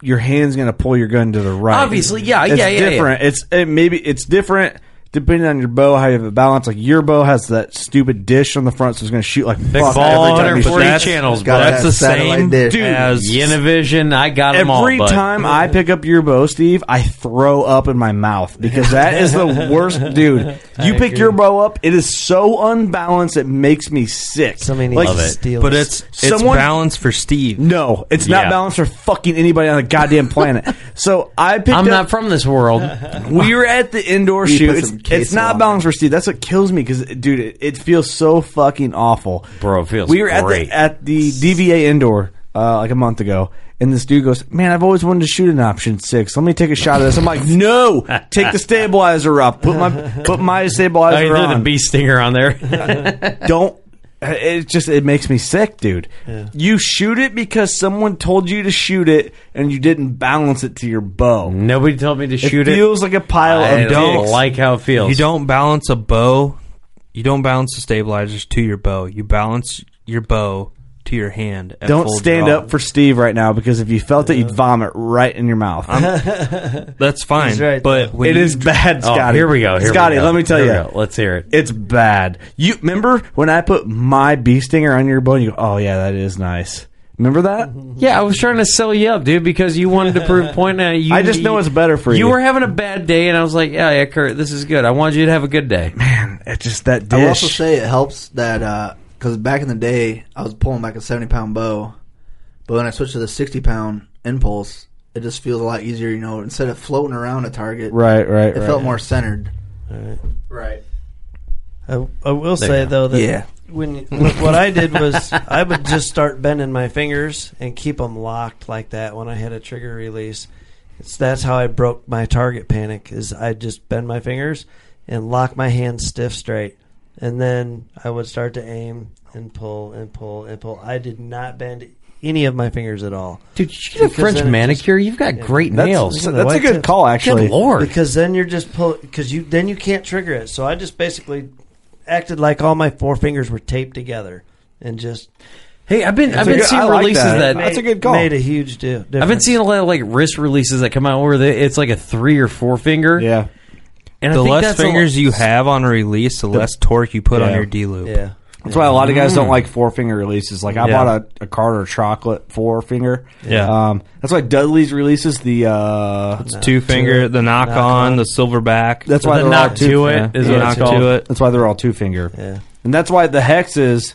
your hand's going to pull your gun to the right.
Obviously, yeah,
it's
yeah, yeah, yeah.
different. It's it maybe it's different depending on your bow how you have it balanced. Like your bow has that stupid dish on the front, so it's going to shoot like fuck
all
every time you
140
shoot.
channels, bro.
Gotta
That's
have
the
satellite
same
dish.
dude,
As-
as Univision. I got them all.
Every
bud.
time I pick up your bow, Steve, I throw up in my mouth because that is the worst, dude.
I
You pick
agree.
your bow up, it is so unbalanced, it makes me sick.
Somebody
Like,
needs to steal
But
it.
it's it's
Someone-
balanced for Steve.
No, it's not
Yeah.
balanced for fucking anybody on the goddamn planet. so I picked.
I'm
up,
not from this world.
We were at the indoor
You
shoot.
put
It's,
some
it's not balanced for Steve. That's what kills me because, dude, it, it feels so fucking awful.
Bro, it feels
we were
great.
at the at the DVA indoor uh, like a month ago, and this dude goes, "Man, I've always wanted to shoot an option six. Let me take a shot of this." I'm like, "No, take the stabilizer up. Put my put my
I
stabilizer
did a
on.
bee stinger on there.
Don't." It just it makes me sick, dude. You shoot it because someone told you to shoot it, and you didn't balance it to your bow.
Nobody told me to Mm. shoot it.
Feels like a pile
I
of
don't
dicks.
like how it feels.
You don't balance a bow. You don't balance the stabilizers to your bow. You balance your bow to your hand. At
Don't
full
stand
draw.
up for Steve right now because if you felt it, you'd vomit right in your mouth.
That's fine.
He's right,
But
though.
when
It
you-
is bad,
Oh,
Scotty.
here we go. Here we
Scotty,
go.
let me tell
Here we
you.
go. Let's hear it.
It's bad. You remember when I put my bee stinger on your bone? You go, oh yeah, that is nice. Remember that?
Yeah, I was trying to sell you up, dude, because you wanted to prove a point. Now you,
I just know it's better for you.
You were having a bad day, and I was like, "Yeah, yeah, Kurt, this is good. I wanted you to have a good day."
It's just that
I will also
dish.
say it helps that because back in the day I was pulling back a seventy pound bow, but when I switched to the sixty pound impulse, it just feels a lot easier. You know, instead of floating around a target,
Right, right,
it
right.
felt more centered.
Right.
I, I will
There
say
you go.
though that
Yeah.
when what what I did was I would just start bending my fingers and keep them locked like that when I hit a trigger release. It's, that's how I broke my target panic. Is I just bend my fingers and lock my hands stiff straight, and then I would start to aim and pull and pull and pull. I did not bend any of my fingers at all.
Dude, you should get a
Because
French
then it just-
manicure. You've got great
That's-
nails.
look at the white tip.
Good lord.
Because then you're just pull because you then you can't trigger it. So I just basically acted like all my four fingers were taped together and just.
Hey, I've been I've been seeing releases that,
made a huge deal. Difference.
I've been seeing a lot of like wrist releases that come out where they, it's like a three or four finger.
Yeah,
and I
the
think
less
that's a-
fingers you have on a release, the, less torque you put on
Yeah.
your D loop.
Yeah.
That's why a lot of guys don't
Mm.
like four finger releases. Like I
Yeah.
bought a, a Carter chocolate four finger.
Yeah. Uh,
Um, that's why Dudley's releases the uh,
Two finger, the knock, on, the silverback.
That's why
the
they're all two,
yeah, the knock to it.
That's why they're all two finger.
Yeah.
And that's why the hex is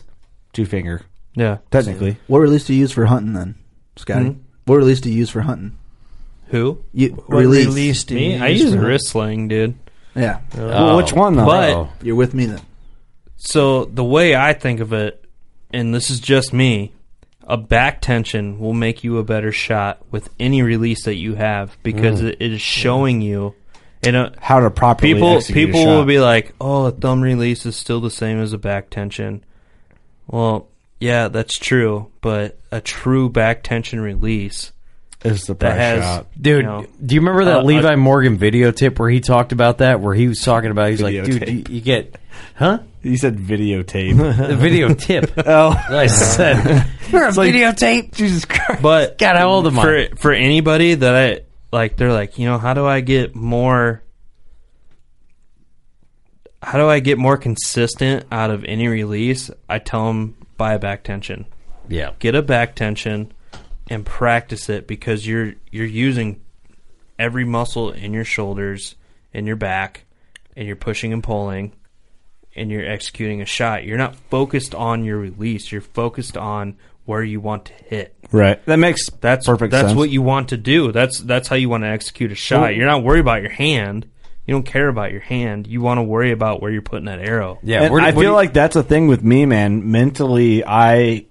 two finger.
Yeah.
Technically.
What release do you use for hunting then, Scotty?
Hmm?
What release do you use for hunting?
Who?
You release.
Me? I use wrist sling, dude.
Yeah. Oh.
Well, which one, though?
Oh. But
You're with me then.
so the way I think of it, and this is just me, a back tension will make you a better shot with any release that you have because
Mm.
it is showing you. And uh,
How to properly
people
execute a
people
shot.
will be like, "Oh, a thumb release is still the same as a back tension." Well, yeah, that's true, but a true back tension release
is the
that has,
Dude,
you know,
do you remember that
uh,
Levi Morgan video tip where he talked about that? Where he was talking about, he's like, dude, you,
Videotape.
you get, huh?
You said videotape.
Video tip.
Oh,
I said. For a
It's like-
videotape? Jesus Christ.
But
God, how old am I?
For for anybody that I like, they're like, you know, how do I get more? How do I get more consistent out of any release? I tell them buy a back tension.
Yeah.
get a back tension and practice it because you're you're using every muscle in your shoulders and your back, and you're pushing and pulling, and you're executing a shot. You're not focused on your release. You're focused on where you want to hit.
Right. That makes
that's
perfect
That's
sense.
what you want to do. That's that's how you want to execute a shot.
Ooh.
You're not worried about your hand. You don't care about your hand. You want to worry about where you're putting that arrow.
And I feel like that's a thing with me, man. Mentally, I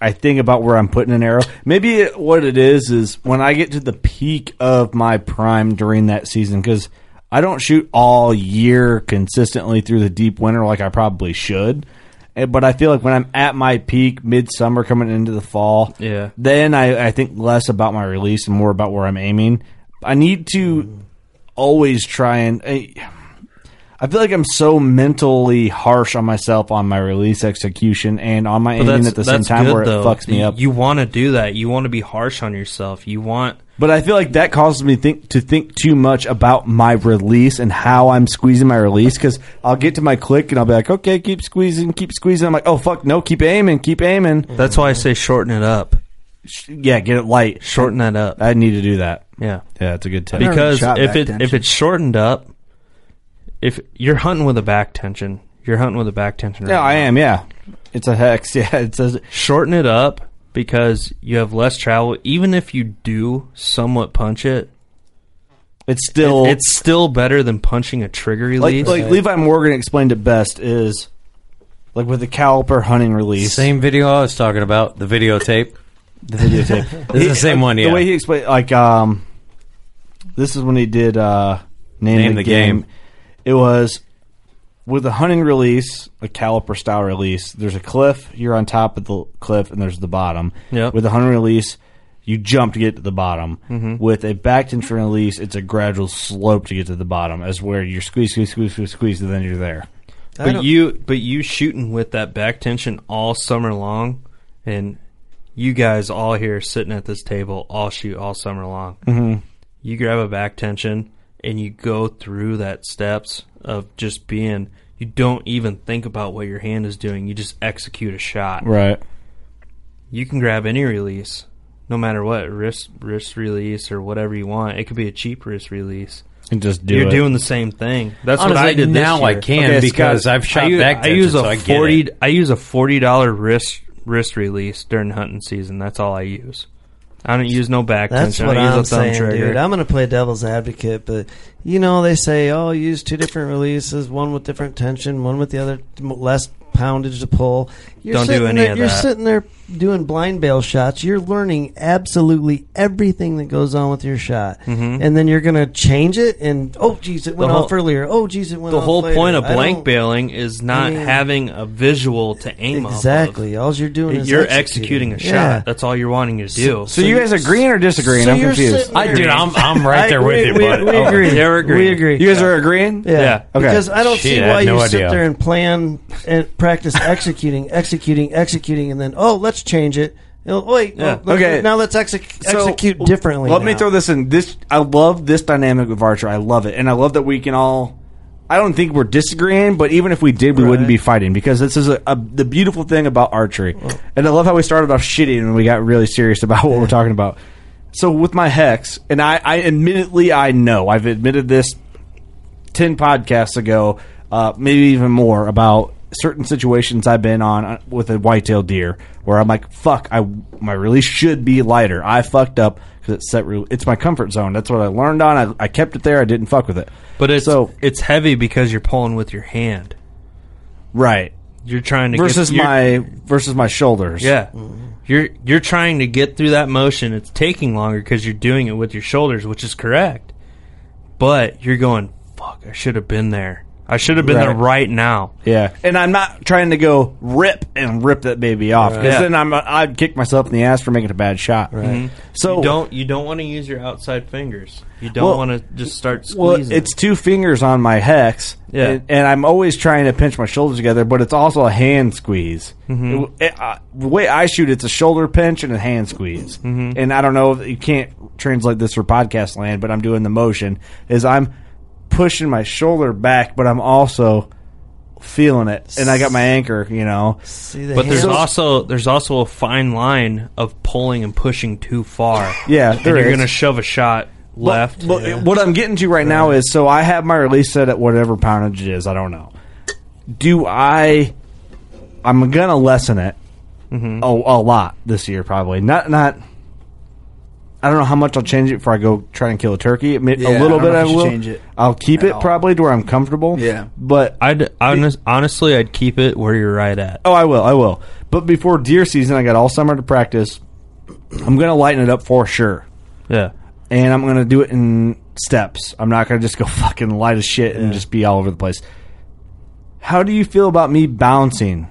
I think about where I'm putting an arrow. Maybe it, what it is is when I get to the peak of my prime during that season because I don't shoot all year consistently through the deep winter like I probably should. Eh, But I feel like when I'm at my peak, midsummer coming into the fall,
Yeah.
then I, I think less about my release and more about where I'm aiming. I need to always try and. eh, I feel like I'm so mentally harsh on myself on my release execution and on my
But
aiming at the same time
good,
where it
though.
fucks me
You-
up.
You want to do that. You want to be harsh on yourself. You want
But I feel like that causes me think to think too much about my release and how I'm squeezing my release because I'll get to my click and I'll be like, okay, keep squeezing, keep squeezing. I'm like, oh fuck, no, keep aiming, keep aiming.
That's why I say shorten it up.
Yeah, get it light.
Shorten that up.
I need to do that.
Yeah,
yeah, that's a good tip.
because if it if it's shortened up, if you're hunting with a back tension, you're hunting with a back tension.
no, I am. Yeah, it's a hex. Yeah, it says
shorten it up because you have less travel. Even if you do somewhat punch it,
it's still
it's still better than punching a trigger
like,
release.
like Levi Morgan explained it best is like with the caliper hunting release.
Same video I was talking about, the videotape.
the videotape.
This is
uh,
the same one, yeah.
uh, The way he explained, like, um, this is when he did uh, name,
Name
the,
the
game.
Game.
It was with a hunting release, a caliper style release. There's a cliff. You're on top of the cliff, and there's the bottom.
Yep.
With a hunting release. You jump to get to the bottom.
Mm-hmm.
Mhm.
With a back tension release, it's a gradual slope to get to the bottom, as where you're squeeze, squeeze, squeeze, squeeze, squeeze, and then you're there. I
But
don't-
you but you shooting with that back tension all summer long and you guys all here sitting at this table all shoot all summer long.
Mhm.
You grab a back tension and you go through that steps of just being you don't even think about what your hand is doing. You just execute a shot.
Right.
You can grab any release, no matter what, wrist wrist release or whatever you want. It could be a cheap wrist release.
And just do
You're
it.
doing the same thing. That's what
Honestly,
I did this
now I
year.
can Okay, because Scott, I've shot
I use,
back
I use
tension,
a
so I get
forty. I use a forty dollar wrist wrist release during hunting season. That's all I use. I don't use no back
That's
tension.
what
I use
I'm
a thumb
saying,
trigger.
dude. I'm going to play devil's advocate, but you know they say, oh, use two different releases, one with different tension, one with the other m- less poundage to pull.
Don't do
sitting
any
there,
of
You're
that.
sitting there doing blind bail shots. You're learning absolutely everything that goes on with your shot,
Mhm.
Mm-hmm.
and then you're going to change it. And oh, geez, it
The
went
whole-
off earlier. Oh, geez, it went.
the
off
whole
later.
point of
I
blank
don't-
bailing is not
mean-
having a visual to aim off of.
Exactly. All you're doing is
you're
executing.
executing a shot.
Yeah.
That's all you're wanting to do.
So, you guys agreeing or disagreeing?
so
I'm
you're
confused.
sitting I- there- dude,
I'm- I'm right there with you,
we,
bud.
we
Oh,
agree.
they're agreeing.
We agree.
You guys are agreeing?
Yeah.
Okay.
Because I don't see
Shit, I
why
had no
you sit
idea.
there and plan and practice executing, executing, executing, and then oh, let's change it. Oh, wait,
Yeah.
oh, let's-
Okay.
Now let's exec-
So,
execute differently.
Let me
now.
throw this in. This I love this dynamic with Archer. I love it, and I love that we can all. I don't think we're disagreeing, but even if we did, we wouldn't be fighting because this is a, a, the beautiful thing about archery. And I love how we started off shitty and we got really serious about what we're talking about. So with my hex, and I, I admittedly I know I've admitted this 10 podcasts ago, uh, maybe even more, about certain situations I've been on uh, with a whitetail deer where I'm like, fuck, I my release should be lighter. I fucked up because it's set. Re- it's my comfort zone. That's what I learned on. I, I kept it there. I didn't fuck with it.
But it's
So-
it's heavy because you're pulling with your hand.
Right.
You're trying to
Versus
get, you're-
my versus my shoulders.
Yeah,
Mm-hmm.
you're you're trying to get through that motion. It's taking longer because you're doing it with your shoulders, which is correct. But you're going, fuck! I should have been there. I should have been there
Right.
right now.
Yeah, and I'm not trying to go rip and rip that baby off because
Right. Yeah.
then I'm I'd kick myself in the ass for making a bad shot.
Mhm.
So
you don't you don't want to use your outside fingers. You don't
Well-
want to just start
Well,
squeezing.
it's two fingers on my hex,
Yeah.
and, and I'm always trying to pinch my shoulders together, but it's also a hand squeeze.
Mhm.
It- it- I- the way I shoot, it's a shoulder pinch and a hand squeeze.
Mhm.
And I don't know if you can't translate this for podcast land, but I'm doing the motion is I'm pushing my shoulder back, but I'm also feeling it, and I got my anchor, you know.
but there's also there's also a fine line of pulling and pushing too far.
Yeah,
and
there
you're
is.
gonna shove a shot left.
But what I'm getting to right now is so I have my release set at whatever poundage it is. I don't know. Do I? I'm gonna lessen it.
Mhm.
Oh, a lot this year probably. Not not. I don't know how much I'll change it before I go try and kill a turkey. I mean,
Yeah,
a little
I don't
bit.
know
I
if you
will.
should change it
I'll keep
at
it
all.
probably to where I'm comfortable.
Yeah.
but
I'd honest, honestly I'd keep it where you're right at.
Oh, I will. I will. But before deer season, I got all summer to practice. I'm going to lighten it up for sure.
Yeah.
And I'm going to do it in steps. I'm not going to just go fucking light as shit and
Yeah.
just be all over the place. How do you feel about me bouncing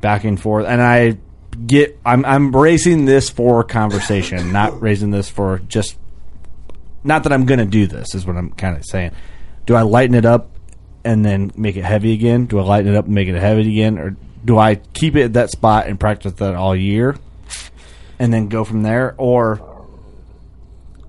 back and forth? And I get I'm I'm raising this for conversation, not raising this for just not that I'm going to do this is what I'm kind of saying. Do I lighten it up and then make it heavy again? Do I lighten it up and make it heavy again, or do I keep it at that spot and practice that all year, and then go from there? Or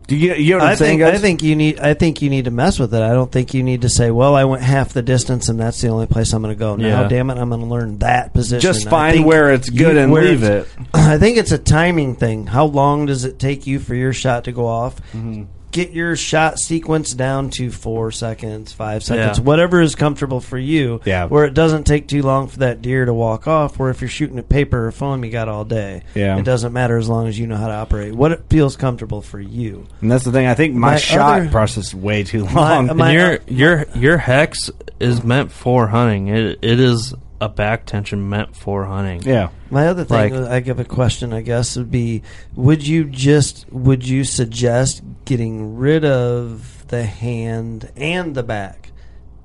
do you you know what I'm
I
saying,
think
guys?
I think you need I think you need to mess with it. I don't think you need to say, "Well, I went half the distance, and that's the only place I'm going to go." Now,
Yeah.
damn it, I'm going to learn that position.
Just
I
find
think
where it's good and
where
leave
it's-
it.
I think it's a timing thing. How long does it take you for your shot to go off?
Mm-hmm.
Get your shot sequence down to four seconds, five seconds,
Yeah.
whatever is comfortable for you.
Yeah.
Where it doesn't take too long for that deer to walk off. Where if you're shooting at paper or foam, you got all day.
Yeah.
It doesn't matter as long as you know how to operate. What it feels comfortable for you.
and that's the thing. I think my,
My
shot
other-
process is way too
My- uh,
long.
And your your your hex is meant for hunting. It it is a back tension meant for hunting.
My other thing,
Like-
that I give a question, I guess, would be: Would you just would you suggest getting rid of the hand and the back?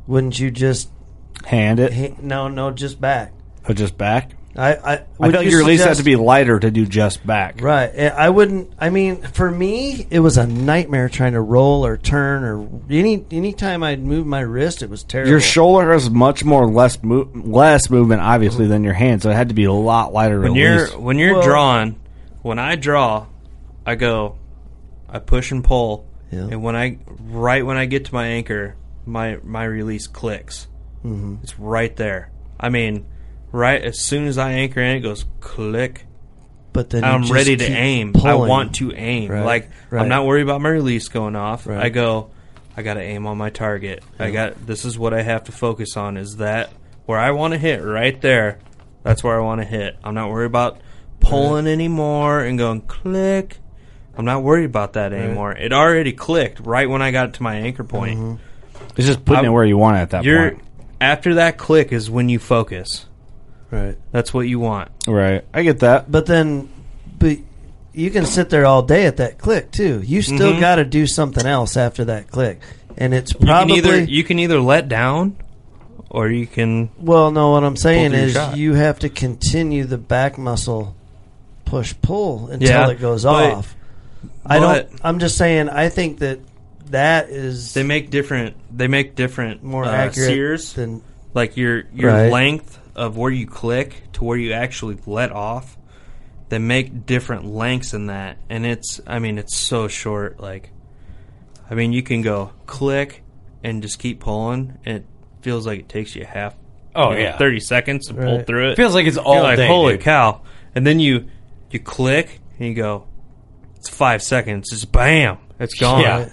Wouldn't you just
hand it
ha- no, no, just back?
or just back.
I I,
I
would
thought your release had
suggest-
to be lighter to do just back.
Right. Eh, I wouldn't. I mean, for me, it was a nightmare trying to roll or turn or any any time I'd move my wrist, it was terrible.
Your shoulder has much more less mo- less movement, obviously, than your hand, so it had to be a lot lighter.
When
release.
you're when you're drawing, when I draw, I go, I push and pull, and when I right when I get to my anchor, my my release clicks.
Mhm.
It's right there. I mean, right as soon as I anchor in, it goes click.
But then you
Um,
I'm
just
ready to
keep
aim. I
pulling.
want to aim.
Right,
Like
right.
I'm not worried about my release going off.
Right.
I go, I got to aim on my target. I
Yeah.
got this is what I have to focus on. Is that where I want to hit? Right there. That's where I want to hit. I'm not worried about pulling anymore and going click. I'm not worried about that anymore. It already clicked right when I got to my anchor point.
Mm-hmm.
It's just putting
I'm-
it where you want it at that
You're
point.
after that click is when you focus.
Right.
That's what you want.
Right. I get that.
But then, but you can sit there all day at that click too. You still
Mm-hmm.
Mhm.
got to do something else after that click, and it's
You can
probably
either you can either let down or you can
well. No, what I'm saying
through your
is
shot.
you have to continue the back muscle push pull until
Yeah,
it goes
but-
off. I
but-
don't. I'm just saying. I think that that is
They make different. They make different
More
uh,
accurate
sears
than-
like your your
Right.
length of where you click to where you actually let off. They make different lengths in that, and it's I mean it's so short. Like, I mean you can go click and just keep pulling. and It feels like it takes you half.
Oh,
you know,
yeah.
thirty seconds to pull
Right.
through it.
Feels like it's
You're
all
like,
day,
Holy
dude.
cow! And then you you click and you go. It's five seconds. Just bam. It's gone.
Yeah.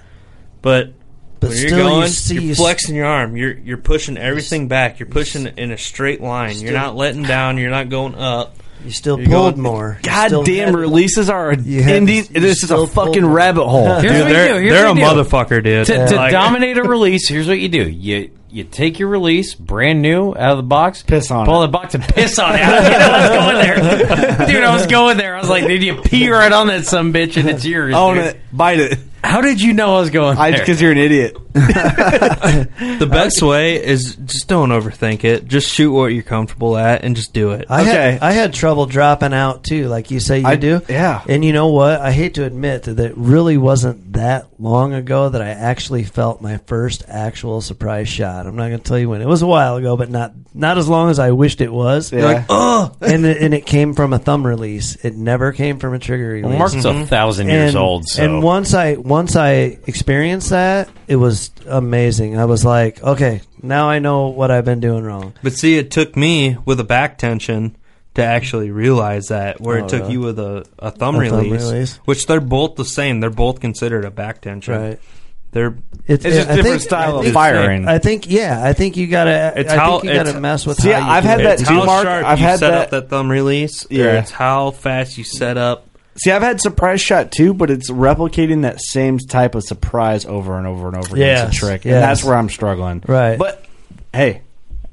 But
But
when
still
you're
you
going,
see-
you're
you s-
flexing your arm. You're you're pushing everything back. You're pushing in a straight line. You're not letting down. You're not going up.
You still
You're
pulled
going-
more. You still
Goddamn
had-
releases are
had to-
indie.
you
This is a
still
fucking
pulled-
rabbit hole.
Here's
Dude,
what you
they're-
do. Here's
they're
what
a
you do.
motherfucker, dude.
To, to
Like-
dominate a release, here's what you do: you you take your release, brand new, out of the box,
piss on
pull the box and piss on it. I didn't know I was going there, dude. I was going there. I was like, did you pee right on that some bitch and it's yours?
Own
dude.
it. Bite it.
How did you know I was going
I
there?
because you're an idiot.
The best way is just don't overthink it. Just shoot what you're comfortable at and just do it.
I had, I had trouble dropping out too, like you say you
I-
do.
yeah.
And you know what? I hate to admit that it really wasn't that long ago that I actually felt my first actual surprise shot. I'm not going to tell you when. It was a while ago, but not not as long as I wished it was.
You're like, Yeah. "Ugh!"
and it, and it came from a thumb release. It never came from a trigger release.
Well, Mark's
Mm-hmm.
a Mhm. thousand years
And-
old, so-
and once I once I experienced that, it was amazing. I was like, okay, now I know what I've been doing wrong.
But see, it took me with a back tension to actually realize that, where
Oh,
it took
really?
you with a, a thumb
A thumb
release,
release.
which they're both the same. They're both considered a back tension.
Right.
They're
It's, I think- I think- I think yeah. I think you gotta.
It's
I
how-
think you gotta
it's-
mess with.
See,
how you
I've
do
had
it.
that
it's
too,
how
Mark.
sharp
I've
you
had
set
that-
up that thumb release. Or
Yeah.
it's how fast you set up.
See, I've had surprise shot too, but it's replicating that same type of surprise over and over and over again.
Yes,
It's a trick,
yes.
and that's where I'm struggling.
Right.
but hey,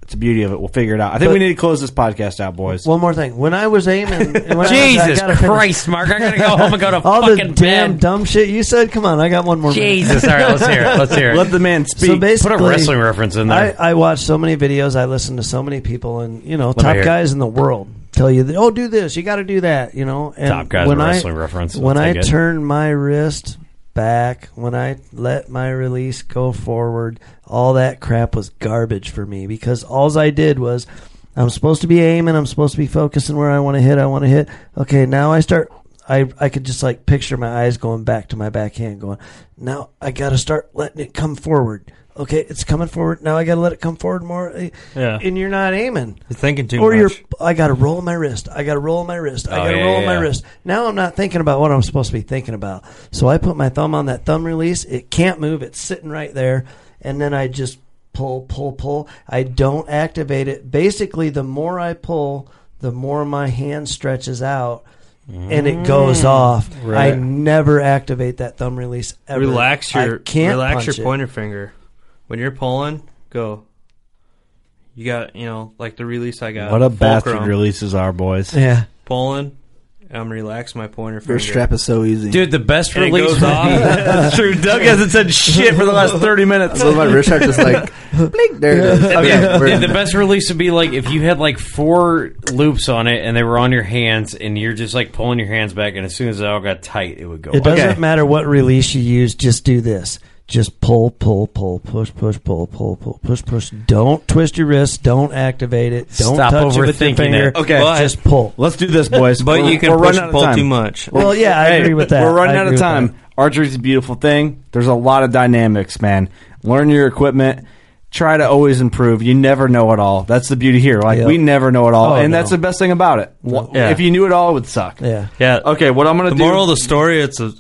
it's the beauty of it. We'll figure it out. I think
But-
we need to close this podcast out, boys.
One more thing. When I was aiming, when I
Jesus
was, I gotta finish-
Christ, Mark. I gotta go home and go to
all
fucking
the damn dumb shit you said. Come on, I got one more.
Jesus. All right, let's hear it. Let's hear it. Let the man speak. Put
So
a
basically,
wrestling reference in there.
I, I watch so many videos. I listen to so many people, and you know,
Let me
top
hear it.
guys in the world tell you, that, "Oh, do this. You got to do that." You know, and
Top guys
when
with
I-
wrestling reference. I'll
When I
take it.
turn my wrist back, when I let my release go forward, all that crap was garbage for me because alls I did was. I'm supposed to be aiming. I'm supposed to be focusing where I want to hit. I want to hit. Okay, now I start. I I could just like picture my eyes going back to my backhand, going. Now I got to start letting it come forward. Okay, it's coming forward. Now I got to let it come forward more. eh,
Yeah.
And you're not aiming.
You're thinking too
or
much.
you're. I got to roll my wrist. I got to roll my wrist. I
Oh,
got to
yeah,
roll my
yeah.
wrist. Now I'm not thinking about what I'm supposed to be thinking about. So I put my thumb on that thumb release. It can't move. It's sitting right there. And then I just pull, pull, pull. I don't activate it. Basically, the more I pull, the more my hand stretches out and it goes
Mm.
off. I
Right.
never activate that thumb release ever.
Relax
I
your
can't punch
relax your
it.
pointer finger. When you're pulling, go. You got you know like the release I
Uh,
got.
What a bastard
Fulcrum.
releases are, boys.
Yeah.
Pulling. I'm relax my pointer finger.
Your strap is so easy.
Dude, the best
And it
release
goes
would
off.
be- That's true. Doug hasn't said shit for the last 30 minutes.
So my wrist shot just like, blink, there it is.
yeah,
We're-
yeah, the best release would be like if you had like four loops on it and they were on your hands and you're just like pulling your hands back and as soon as it all got tight it would go.
It
up.
doesn't matter what release you use. Just do this. Just pull, pull, pull, push, push, pull, pull, pull, push, push. Don't twist your wrist. Don't activate it. Don't
Stop
touch it with your
overthinking
finger.
it. Okay. But-
just pull.
Let's do this, boys.
But you can push
running
and
out of
pull
time.
too much.
Well, yeah, I
Hey,
agree with that.
We're running
I
out
agree with
of time. Archery's a beautiful thing. There's a lot of dynamics, man. Learn your equipment. Try to always improve. You never know it all. That's the beauty here. Like
Yep.
we never know it all,
Oh,
and
no.
that's the best thing about it. Wha-
Yeah.
If you knew it all, it would suck.
Yeah.
Yeah.
Okay. What I'm gonna
The
do?
moral of the story, it's a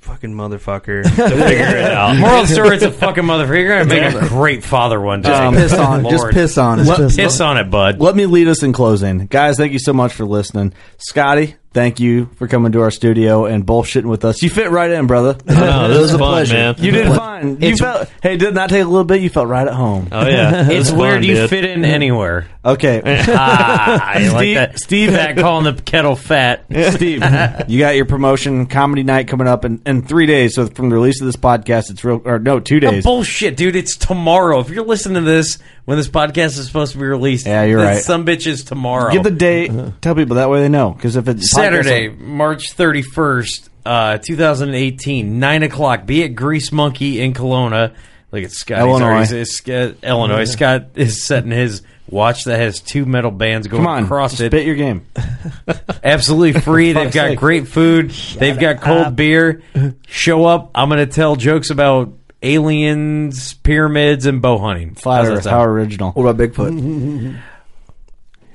fucking motherfucker to figure it out.
Moral of the story: It's a fucking motherfucker. You're gonna make a great father one day.
Um,
piss on it. Just
Lord.
piss on it.
Let-
Just
piss on it, bud.
Let me lead us in closing. Guys, thank you so much for listening. Scotty, thank you for coming to our studio and bullshitting with us. You fit right in, brother.
know, this was fun, man.
You did
It's-
fine. You felt, hey, did not take a little bit. You felt right at home.
Uh,
Oh, yeah.
It's
It's
where
fun,
do you
dude.
fit in anywhere?
Okay.
ah, I like
Steve-
that.
Steve-
that calling the kettle fat.
Steve, you got your promotion comedy night coming up in, in three days. So from the release of this podcast, it's real or no, two days.
Bullshit, dude. It's tomorrow. If you're listening to this when this podcast is supposed to be released,
Yeah, you're
this
right.
Some bitches tomorrow.
Give the date. Tell people that way they know because if it's podcast-
Uh-huh. Saturday, March 31st, uh, 2018, 9 o'clock. Be at Grease Monkey in Kelowna. Look at Scott. He's
Illinois.
already- it's, uh, Illinois. Scott is setting his watch that has two metal bands going
come on,
across it.
spit your game.
Absolutely free. They've
Fuck's
got
sake.
great food. They've got cold beer. Show up. I'm going to tell jokes about aliens, pyramids, and bow hunting.
Flat
How's that
Earth,
sound?
how original.
What about Bigfoot?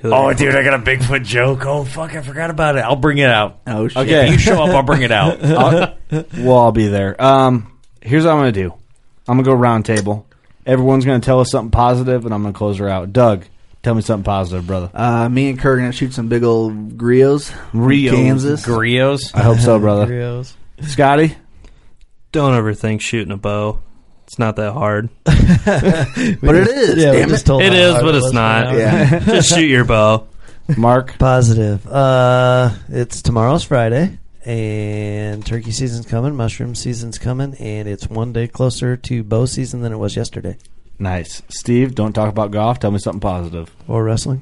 Oh, dude, I got a Bigfoot joke. Oh, fuck, I forgot about it. I'll bring it out.
Oh, shit.
Okay.
If you show up, I'll bring it out.
I'll, well, I'll be there. Um, here's what I'm going to do. I'm going to go round table. Everyone's going to tell us something positive, and I'm going to close her out. Doug, tell me something positive, brother.
Uh, me and Kurt are going to shoot some big old grios. in
Rios.
Kansas.
Grios.
I hope so,
that.
brother.
Grios.
Scotty,
Don't overthink shooting a bow. It's not that hard.
but it is.
Yeah, we
damn
just
it.
told
It
how
is,
hard
but
it
it's
was
not.
right now.
Yeah.
Just shoot your bow.
Mark,
Positive. Uh, it's tomorrow's Friday.
and turkey season's coming, mushroom season's coming, and it's one day closer to bow season than it was yesterday.
Nice. Steve, don't talk about golf. Tell me something positive.
Or wrestling.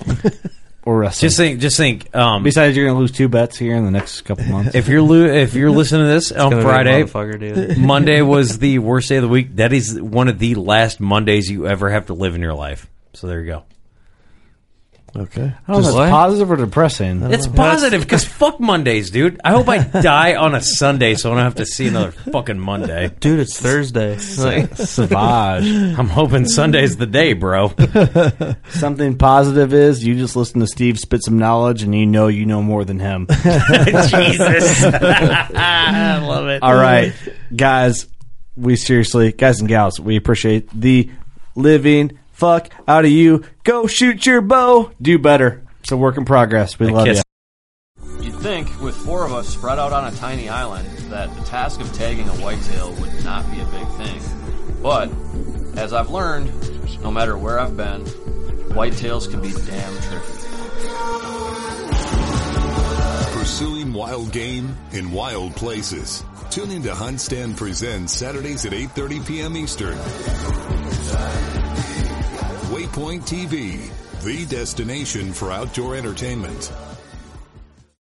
or wrestling.
Just think, just think. Um,
Besides, you're going to lose two bets here in the next couple months.
if you're lo- if you're listening to this
gonna
on
be a
Friday,
motherfucker, dude.
Monday was the worst day of the week. That is one of the last Mondays you ever have to live in your life. So there you go.
Okay.
I don't know if
Just-
it's
What?
positive or depressing.
It's positive because fuck Mondays, dude. I hope I die on a Sunday so I don't have to see another fucking Monday,
dude. It's
Thursday. Like-
Savage.
I'm hoping Sunday's the day, bro.
Something positive is you just listen to Steve spit some knowledge and you know you know more than him.
Jesus. I love it.
All right, guys, we seriously, guys and gals, we appreciate the living fuck out of you. Go shoot your bow, do better. It's a work in progress. We love
kiss.
you.
You'd think, with four of us spread out on a tiny island, that the task of tagging a whitetail would not be a big thing. But, as I've learned, no matter where I've been, whitetails can be damn tricky.
Pursuing wild game in wild places. Tune in to Hunt Stand Presents Saturdays at 8.30 p.m. Eastern. Waypoint TV, the destination for outdoor entertainment.